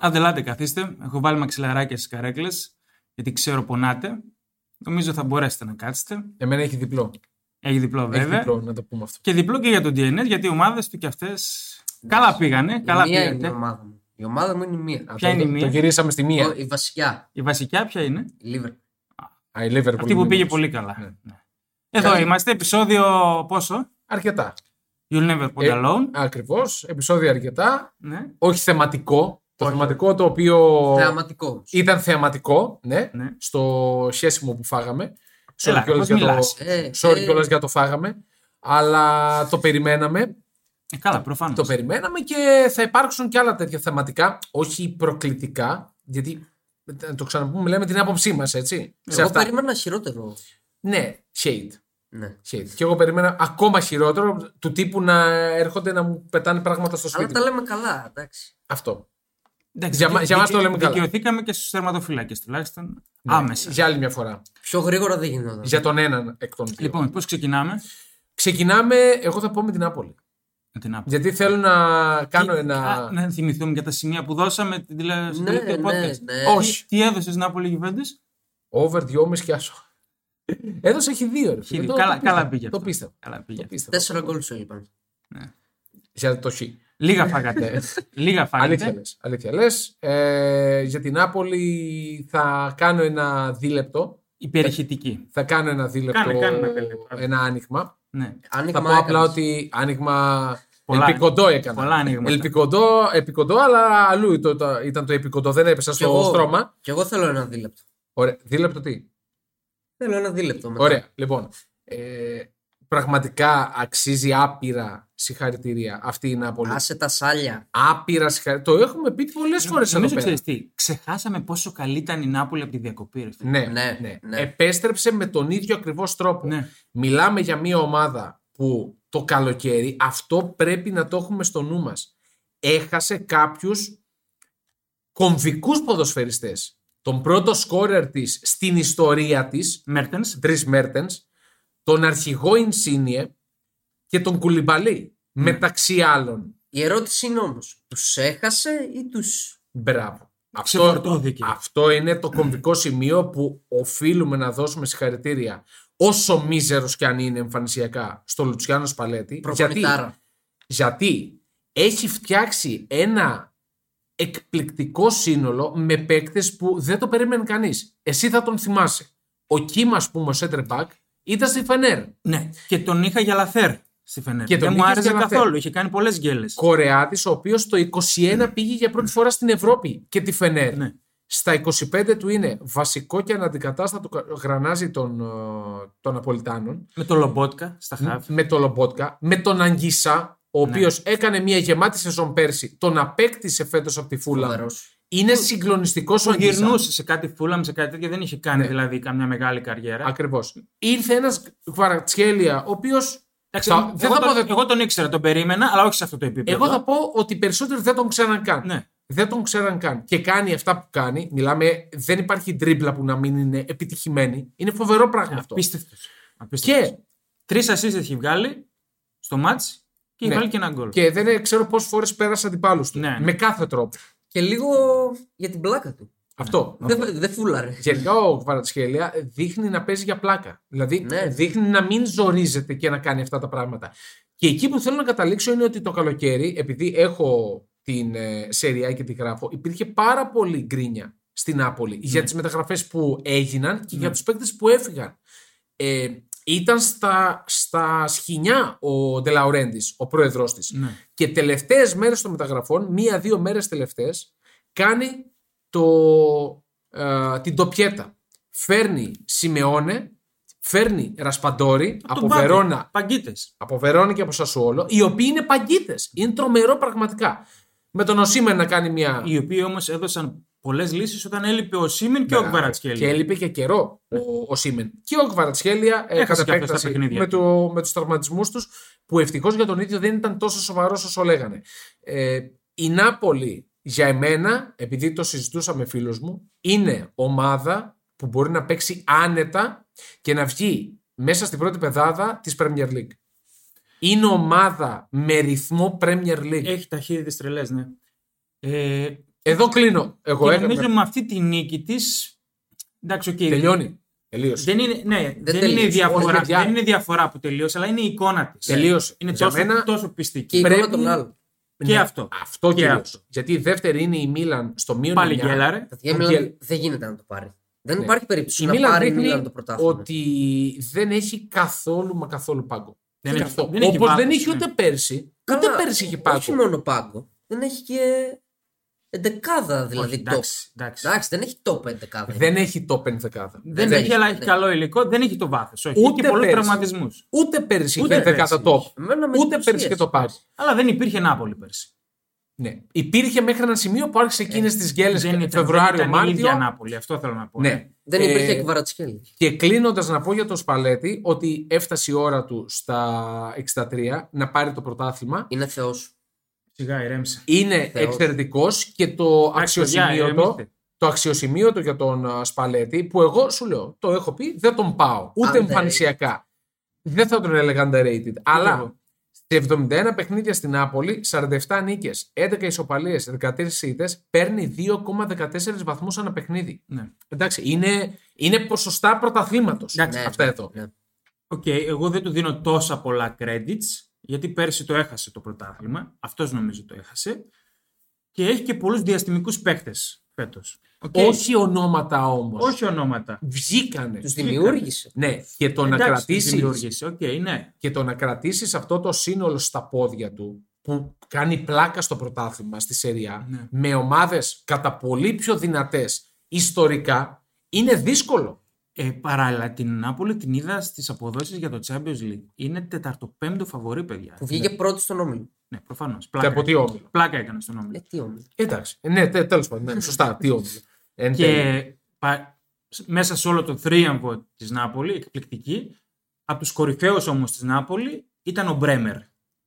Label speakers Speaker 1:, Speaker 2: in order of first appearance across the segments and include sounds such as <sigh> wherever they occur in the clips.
Speaker 1: Αντελάτε, καθίστε. Έχω βάλει μαξιλαράκια στις καρέκλες, γιατί ξέρω πονάτε. Νομίζω θα μπορέσετε να κάτσετε.
Speaker 2: Εμένα έχει διπλό.
Speaker 1: Έχει διπλό, βέβαια.
Speaker 2: Έχει διπλό, να το πούμε αυτό.
Speaker 1: Και διπλό και για τον DNS, γιατί οι ομάδες του κι αυτές. Καλά πήγανε, καλά
Speaker 3: μία είναι η
Speaker 1: πήγατε.
Speaker 3: ομάδα μου. Η ομάδα μου είναι η μία.
Speaker 1: Ποια είναι η μία,
Speaker 2: Το γυρίσαμε στη μία.
Speaker 3: Ο- Η βασιλιά.
Speaker 1: η βασικιά ποια είναι.
Speaker 3: Η Λίβερ.
Speaker 2: Α, η Liverpool
Speaker 1: Αυτή που
Speaker 2: είναι
Speaker 1: πήγε
Speaker 2: η
Speaker 1: πολύ
Speaker 2: μία.
Speaker 1: καλά.
Speaker 2: Ναι.
Speaker 1: Ναι. Εδώ
Speaker 3: Καλή.
Speaker 1: είμαστε, επεισόδιο πόσο.
Speaker 2: Αρκετά.
Speaker 1: You'll never walk
Speaker 2: Ε,
Speaker 1: alone.
Speaker 2: Ακριβώς. Επεισόδια αρκετά.
Speaker 1: Ναι,
Speaker 2: Όχι θεματικό. Το
Speaker 3: Όχι.
Speaker 2: θεματικό το οποίο
Speaker 3: Θεαματικό όμως.
Speaker 2: ήταν θεαματικό, ναι,
Speaker 1: ναι.
Speaker 2: στο σχέσιμο που φάγαμε.
Speaker 1: Έλα,
Speaker 2: Sorry κιόλας
Speaker 1: πώς
Speaker 2: για, το...
Speaker 1: μιλάς.
Speaker 3: Ε,
Speaker 2: sorry
Speaker 3: ε,
Speaker 2: κιόλας για το φάγαμε. Αλλά το περιμέναμε.
Speaker 1: Ε, καλά, προφανώς.
Speaker 2: Το περιμέναμε και θα υπάρξουν και άλλα τέτοια θεματικά, όχι προκλητικά, γιατί να το ξαναπούμε, λέμε την άποψή μας, έτσι.
Speaker 3: Εγώ περίμενα χειρότερο.
Speaker 2: Ναι, shade.
Speaker 3: Ναι.
Speaker 2: shade. Και εγώ περίμενα ακόμα χειρότερο του τύπου να έρχονται να μου πετάνε πράγματα στο
Speaker 3: Αλλά
Speaker 2: σπίτι.
Speaker 3: τα λέμε καλά, εντάξει.
Speaker 2: Αυτό. Για μα- για μας το λέμε καλά.
Speaker 1: Δικαιωθήκαμε και στους θερματοφυλάκες τουλάχιστον.
Speaker 2: Ναι.
Speaker 1: Άμεσα.
Speaker 2: Για άλλη μια φορά.
Speaker 3: Πιο γρήγορα δεν γινόταν.
Speaker 2: Για τον έναν εκ των δύο.
Speaker 1: Λοιπόν, πώς ξεκινάμε
Speaker 2: Ξεκινάμε, εγώ θα πω με την Άπολη.
Speaker 1: με την άποψη.
Speaker 2: Γιατί θέλω να κάνω
Speaker 1: Τι-
Speaker 2: ένα.
Speaker 1: Α, ναι. Να θυμηθούμε για τα σημεία που δώσαμε την τηλε- στο
Speaker 3: Ναι, ναι,
Speaker 1: τελευταίο
Speaker 3: ναι.
Speaker 1: podcast.
Speaker 2: Όχι.
Speaker 1: Τι έδωσες Νάπολη Γιουβέντες.
Speaker 2: Over 2,5 και άσο. Έδωσε έχει δύο. Ρε, φίλε. Το-
Speaker 1: Καλά,
Speaker 2: το πίστευα.
Speaker 1: καλά πήγε.
Speaker 2: Το
Speaker 1: αυτό.
Speaker 2: πίστευα.
Speaker 1: Καλά
Speaker 2: Το
Speaker 1: πήγε.
Speaker 2: πίστευα.
Speaker 3: Τέσσερα γκολ σου είπαν.
Speaker 2: Για το χ.
Speaker 1: Λίγα φάγατε.
Speaker 2: <laughs>
Speaker 1: Λίγα
Speaker 2: Αλήθεια
Speaker 1: φάγατε.
Speaker 2: λες, αλήθεια λες. Ε, για την Νάπολη θα κάνω ένα δίλεπτο.
Speaker 1: Υπερηχητική.
Speaker 2: Θα κάνω ένα δίλεπτο,
Speaker 1: Κάνε, κάνε ένα δίλεπτο.
Speaker 2: ένα άνοιγμα.
Speaker 1: Ναι.
Speaker 3: Άνοιγμα
Speaker 2: θα πω απλά
Speaker 3: έκανες.
Speaker 2: ότι άνοιγμα
Speaker 1: Πολλά.
Speaker 2: επικοντό έκανα.
Speaker 1: Πολλά ανοίγματα.
Speaker 2: Ελπικοντό, επικοντό, αλλά αλλού το- το- ήταν το επικοντό. Δεν έπεσα
Speaker 3: Κι
Speaker 2: στο
Speaker 3: εγώ.
Speaker 2: στρώμα.
Speaker 3: Κι εγώ θέλω ένα δίλεπτο.
Speaker 2: Ωραία, δίλεπτο τι.
Speaker 3: Θέλω ένα δίλεπτο. μετά.
Speaker 2: Ωραία, λοιπόν. Ε, πραγματικά αξίζει άπειρα συγχαρητήρια αυτή η Νάπολη.
Speaker 3: Άσε τα σάλια.
Speaker 2: Άπειρα συγχαρητήρια. Το έχουμε πει πολλές φορές εδώ
Speaker 1: Ε, Νομίζω
Speaker 2: πέρα.
Speaker 1: ξέρεις τι. Ξεχάσαμε πόσο καλή ήταν η Νάπολη από τη διακοπή. ρε φίλε.
Speaker 2: Ναι,
Speaker 3: Ναι,
Speaker 2: ναι,
Speaker 3: ναι.
Speaker 2: Επέστρεψε με τον ίδιο ακριβώς τρόπο.
Speaker 1: Ναι.
Speaker 2: Μιλάμε για μια ομάδα που το καλοκαίρι αυτό πρέπει να το έχουμε στο νου μας. Έχασε κάποιους κομβικούς ποδοσφαιριστές. Τον πρώτο σκόρερ της στην ιστορία της,
Speaker 1: Μέρτεν.
Speaker 2: Τρεις Μέρτεν, τον αρχηγό Ινσίνιε και τον Κουλιμπαλή. Μεταξύ άλλων.
Speaker 3: Η ερώτηση είναι όμως, τους έχασε ή τους.
Speaker 2: Μπράβο. Αυτό,
Speaker 1: Ξεφορτώθηκε.
Speaker 2: Αυτό είναι το κομβικό σημείο που οφείλουμε να δώσουμε συγχαρητήρια όσο μίζερος κι αν είναι εμφανισιακά στο Λουτσιάνο Σπαλέτη. Γιατί,
Speaker 3: Προπονητάρα.
Speaker 2: γιατί έχει φτιάξει ένα εκπληκτικό σύνολο με παίκτες που δεν το περίμενε κανείς. Εσύ θα τον θυμάσαι. Ο Κίμας, α πούμε, ο center back, ήταν στη Φενέρ.
Speaker 1: Ναι. Και τον είχα για λαθέρ στη Φενέρ.
Speaker 2: Και τον
Speaker 1: Δεν μου
Speaker 2: είχες
Speaker 1: άρεσε
Speaker 2: για λαθέρ.
Speaker 1: καθόλου. Είχε κάνει πολλές γκέλες.
Speaker 2: Κορεάτης, ο οποίος το 21 πήγε για πρώτη φορά στην Ευρώπη και τη Φενέρ.
Speaker 1: Ναι.
Speaker 2: Στα 25 του είναι βασικό και αναντικατάστατο κα- γρανάζι των, ε, των Απολιτάνων.
Speaker 1: Με το Λομπότκα στα χάφη.
Speaker 2: Με τον Λομπότκα, με τον Αγγίσα, ο
Speaker 1: Ναι.
Speaker 2: οποίος έκανε μια γεμάτη σεζόν πέρσι, τον απέκτησε φέτος από τη Φούλα.
Speaker 3: Φοβερός.
Speaker 2: Είναι συγκλονιστικό ο
Speaker 1: Που
Speaker 2: Αγγίσα.
Speaker 1: γυρνούσε σε κάτι φούλαμ, σε κάτι τέτοιο. Δεν είχε κάνει
Speaker 2: Ναι.
Speaker 1: δηλαδή καμιά μεγάλη καριέρα.
Speaker 2: Ακριβώς. Ήρθε ένας Γουαρατσχέλια, ο οποίος.
Speaker 1: Εντάξει,
Speaker 2: Θα- δεν
Speaker 1: εγώ,
Speaker 2: θα πω
Speaker 1: τον,
Speaker 2: δεν-
Speaker 1: εγώ τον ήξερα, τον περίμενα, αλλά όχι σε αυτό το επίπεδο.
Speaker 2: Εγώ θα πω ότι οι περισσότεροι δεν τον ξέραν καν.
Speaker 1: Ναι.
Speaker 2: Δεν τον ξέραν καν. Και κάνει αυτά που κάνει. Μιλάμε, δεν υπάρχει τρίπλα που να μην είναι επιτυχημένη. Είναι φοβερό πράγμα αυτό.
Speaker 1: Απίστευτος.
Speaker 2: Και
Speaker 1: Τρεις assist έχει βγάλει στο μάτς και έχει
Speaker 2: Ναι.
Speaker 1: βάλει και ένα γκολ.
Speaker 2: Και δεν ε, ξέρω πόσες φορές πέρασε αντιπάλους του.
Speaker 1: Ναι.
Speaker 2: Με κάθε τρόπο.
Speaker 3: Και λίγο για την πλάκα του.
Speaker 2: Αυτό.
Speaker 1: Ναι,
Speaker 3: Δεν δε φούλαρε.
Speaker 2: Γενικά ο Γβαρατσχέλια δείχνει να παίζει για πλάκα. Δηλαδή
Speaker 3: Ναι.
Speaker 2: δείχνει να μην ζορίζεται και να κάνει αυτά τα πράγματα. Και εκεί που θέλω να καταλήξω είναι ότι το καλοκαίρι, επειδή έχω την ε, σεριά και τη γράφω, υπήρχε πάρα πολύ γκρίνια στην Νάπολη για
Speaker 1: Ναι.
Speaker 2: τις μεταγραφές που έγιναν και για
Speaker 1: Ναι.
Speaker 2: τους παίκτες που έφυγαν. Ε, ήταν στα, στα σχοινιά ο Ντελαουρέντη, ο πρόεδρός της.
Speaker 1: Ναι.
Speaker 2: Και τελευταίες μέρες των μεταγραφών, μία-δύο μέρες τελευταίες, κάνει το, ε, την τοπιέτα. Φέρνει Σιμεώνε, φέρνει Ρασπαντόρη από
Speaker 1: Τον
Speaker 2: Βερόνα,
Speaker 1: Παγκίτες.
Speaker 2: από Βερόνα και από Σασουόλο, οι οποίοι είναι παγκίτες. Είναι τρομερό πραγματικά. Με τον Οσίμεν να κάνει μια.
Speaker 1: Οι οποίοι όμως έδωσαν πολλές λύσεις όταν έλειπε ο Σίμεν και ο
Speaker 2: Μπράβο.
Speaker 1: Γκβαρατσχέλη.
Speaker 2: Ναι. Και έλειπε και καιρό ο, ο Σίμεν. Και ο Γκβαρατσχέλια ε,
Speaker 1: Έχασε
Speaker 2: κατά
Speaker 1: και αυτός
Speaker 2: επέκταση
Speaker 1: τα παιχνίδια
Speaker 2: με,
Speaker 1: του.
Speaker 2: το, με τους τραυματισμούς τους, που ευτυχώς για τον ίδιο δεν ήταν τόσο σοβαρός όσο λέγανε. Ε, η Νάπολη για εμένα, επειδή το συζητούσα με φίλους μου, είναι ομάδα που μπορεί να παίξει άνετα και να βγει μέσα στην πρώτη πεδάδα της Premier League. Είναι ομάδα με ρυθμό Premier League.
Speaker 1: Έχει ταχύτητες τρελές, ναι. Ε,
Speaker 2: Εδώ κλείνω. Εγώ
Speaker 1: Και
Speaker 2: έκανα.
Speaker 1: νομίζω με αυτή τη νίκη της. Εντάξει, οκ.
Speaker 2: Τελειώνει. Τελείωσε.
Speaker 1: Δεν είναι, ναι, δεν, είναι
Speaker 3: τελείωσε.
Speaker 1: η διαφορά,
Speaker 2: Όχι, παιδιά.
Speaker 1: δεν είναι η διαφορά που τελείωσε, αλλά είναι η εικόνα της.
Speaker 2: Τελείωσε.
Speaker 1: Είναι
Speaker 2: Για
Speaker 1: τόσο,
Speaker 2: μένα-
Speaker 1: τόσο πιστική.
Speaker 3: Και η εικόνα
Speaker 2: Πρέπει-
Speaker 3: των άλλων.
Speaker 1: Και αυτό.
Speaker 2: Ναι. Αυτό
Speaker 1: Και
Speaker 2: κυρίως.
Speaker 1: αυτό.
Speaker 2: Γιατί η δεύτερη είναι η Μίλαν στο μείον
Speaker 1: Πάλι
Speaker 2: 9.
Speaker 1: γκέλαρε.
Speaker 3: Τα παιδιά
Speaker 2: Ο
Speaker 3: Μίλαν
Speaker 2: Γκέλ-
Speaker 3: δεν γίνεται να το πάρει. Δεν
Speaker 2: Ναι.
Speaker 3: υπάρχει περίπτωση
Speaker 2: Η
Speaker 3: να
Speaker 2: Μίλαν
Speaker 3: πάρει η
Speaker 2: δείχνει
Speaker 3: Μίλαν το πρωτάθλημα.
Speaker 2: ότι δεν έχει καθόλου μα καθόλου πάγκο.
Speaker 1: Δεν
Speaker 2: Είναι
Speaker 1: έχει-
Speaker 2: αυτό.
Speaker 1: δεν έχει
Speaker 2: Όπως
Speaker 1: βάθος,
Speaker 2: δεν είχε
Speaker 1: ναι.
Speaker 2: ούτε πέρσι.
Speaker 3: Καλά,
Speaker 2: ούτε πέρσι είχε πάγκο.
Speaker 3: Όχι μόνο πάγκο. Δεν έχει και εντεκάδα δηλαδή.
Speaker 1: Όχι,
Speaker 3: top.
Speaker 1: εντάξει, εντάξει.
Speaker 3: Εντάξει, δεν έχει top εντεκάδα.
Speaker 2: Δεν έχει top ενδεκάδα.
Speaker 1: Δεν,
Speaker 3: Δεν
Speaker 1: έχει,
Speaker 3: έχει,
Speaker 1: αλλά έχει
Speaker 3: ναι.
Speaker 1: καλό υλικό, δεν έχει το βάθος. Έχει
Speaker 2: Ούτε
Speaker 1: και πολλούς
Speaker 2: πέρσι.
Speaker 1: τραυματισμούς.
Speaker 2: Ούτε πέρσι
Speaker 1: Ούτε
Speaker 2: είχε ενδεκάδα
Speaker 1: πέρσι
Speaker 2: top.
Speaker 3: Εμένα με
Speaker 2: Ούτε πέρσι
Speaker 3: εντυπωσίασε.
Speaker 2: και το πάρει.
Speaker 1: Αλλά δεν υπήρχε Νάπολη πέρσι.
Speaker 2: Ναι. Υπήρχε μέχρι ένα σημείο που άρχισε εκείνες τι
Speaker 1: Ε, δεν
Speaker 2: γέλε
Speaker 1: ήταν, δεν
Speaker 2: Φεβρουάριο,
Speaker 1: ήταν η ίδια
Speaker 2: Μάρτιο.
Speaker 1: Νάπολη, αυτό θέλω να πω.
Speaker 2: Ναι.
Speaker 3: Δεν
Speaker 2: Ε,
Speaker 3: υπήρχε εκβαρατσχέλη.
Speaker 2: Και κλείνοντας, να πω για τον Σπαλέτη ότι έφτασε η ώρα του στα 63 να πάρει το πρωτάθλημα.
Speaker 3: Είναι θεός.
Speaker 1: Σιγά ηρέμησε.
Speaker 2: Είναι
Speaker 3: Θεός.
Speaker 2: εξαιρετικό και το αξιοσημείωτο,
Speaker 1: ηρεμήστε.
Speaker 2: το αξιοσημείωτο για τον α, Σπαλέτη που εγώ σου λέω, το έχω πει, δεν τον πάω. Ούτε
Speaker 3: Underrated.
Speaker 2: εμφανισιακά. Δεν θα τον έλεγα underrated. Αλλά
Speaker 1: εγώ.
Speaker 2: σε 71 παιχνίδια στην Νάπολη, 47 νίκε, 11 ισοπαλίε, 13 ήττε, παίρνει 2,14 βαθμούς ανά παιχνίδι.
Speaker 1: Ναι.
Speaker 2: Εντάξει, είναι, είναι ποσοστά πρωταθλήματος
Speaker 1: Εντάξει,
Speaker 3: Ναι,
Speaker 2: αυτά εδώ.
Speaker 3: ναι.
Speaker 1: Οκ, εγώ δεν του δίνω τόσα πολλά credits, γιατί πέρσι το έχασε το πρωτάθλημα. Αυτός νομίζω το έχασε. Και έχει και πολλούς διαστημικούς παίκτες φέτος.
Speaker 2: Όχι ονόματα όμως.
Speaker 1: Όχι ονόματα.
Speaker 2: Βγήκανε.
Speaker 3: Τους δημιούργησε.
Speaker 2: Ναι, και το να
Speaker 1: Εντάξει,
Speaker 2: κρατήσεις
Speaker 1: δημιούργησε. Οκ, ναι.
Speaker 2: και το να κρατήσεις αυτό το σύνολο στα πόδια του που κάνει πλάκα στο πρωτάθλημα στη Σεριά
Speaker 1: Ναι.
Speaker 2: με ομάδες κατά πολύ πιο δυνατές ιστορικά είναι δύσκολο.
Speaker 1: Ε, παράλληλα, την Νάπολη την είδα στις αποδόσεις για το Champions League. Είναι τεταρτοπέμπτο φαβορή, παιδιά.
Speaker 3: Που βγήκε πρώτη στον όμιλο.
Speaker 1: Ναι, προφανώς.
Speaker 2: Και
Speaker 1: Πλάκα,
Speaker 2: από τι όμιλο.
Speaker 1: πλάκα έκανε στον όμιλο.
Speaker 3: Ε, τι όμιλο.
Speaker 2: Εντάξει. Ναι, τε, τέλος πάντων. Ναι, σωστά.
Speaker 1: <laughs>
Speaker 2: Τι όμιλο. Εν τέλει.
Speaker 1: Και πα- σ- μέσα σε όλο το θρίαμβο της Νάπολη, εκπληκτική, από τους κορυφαίους όμως της Νάπολη ήταν ο Μπρέμερ.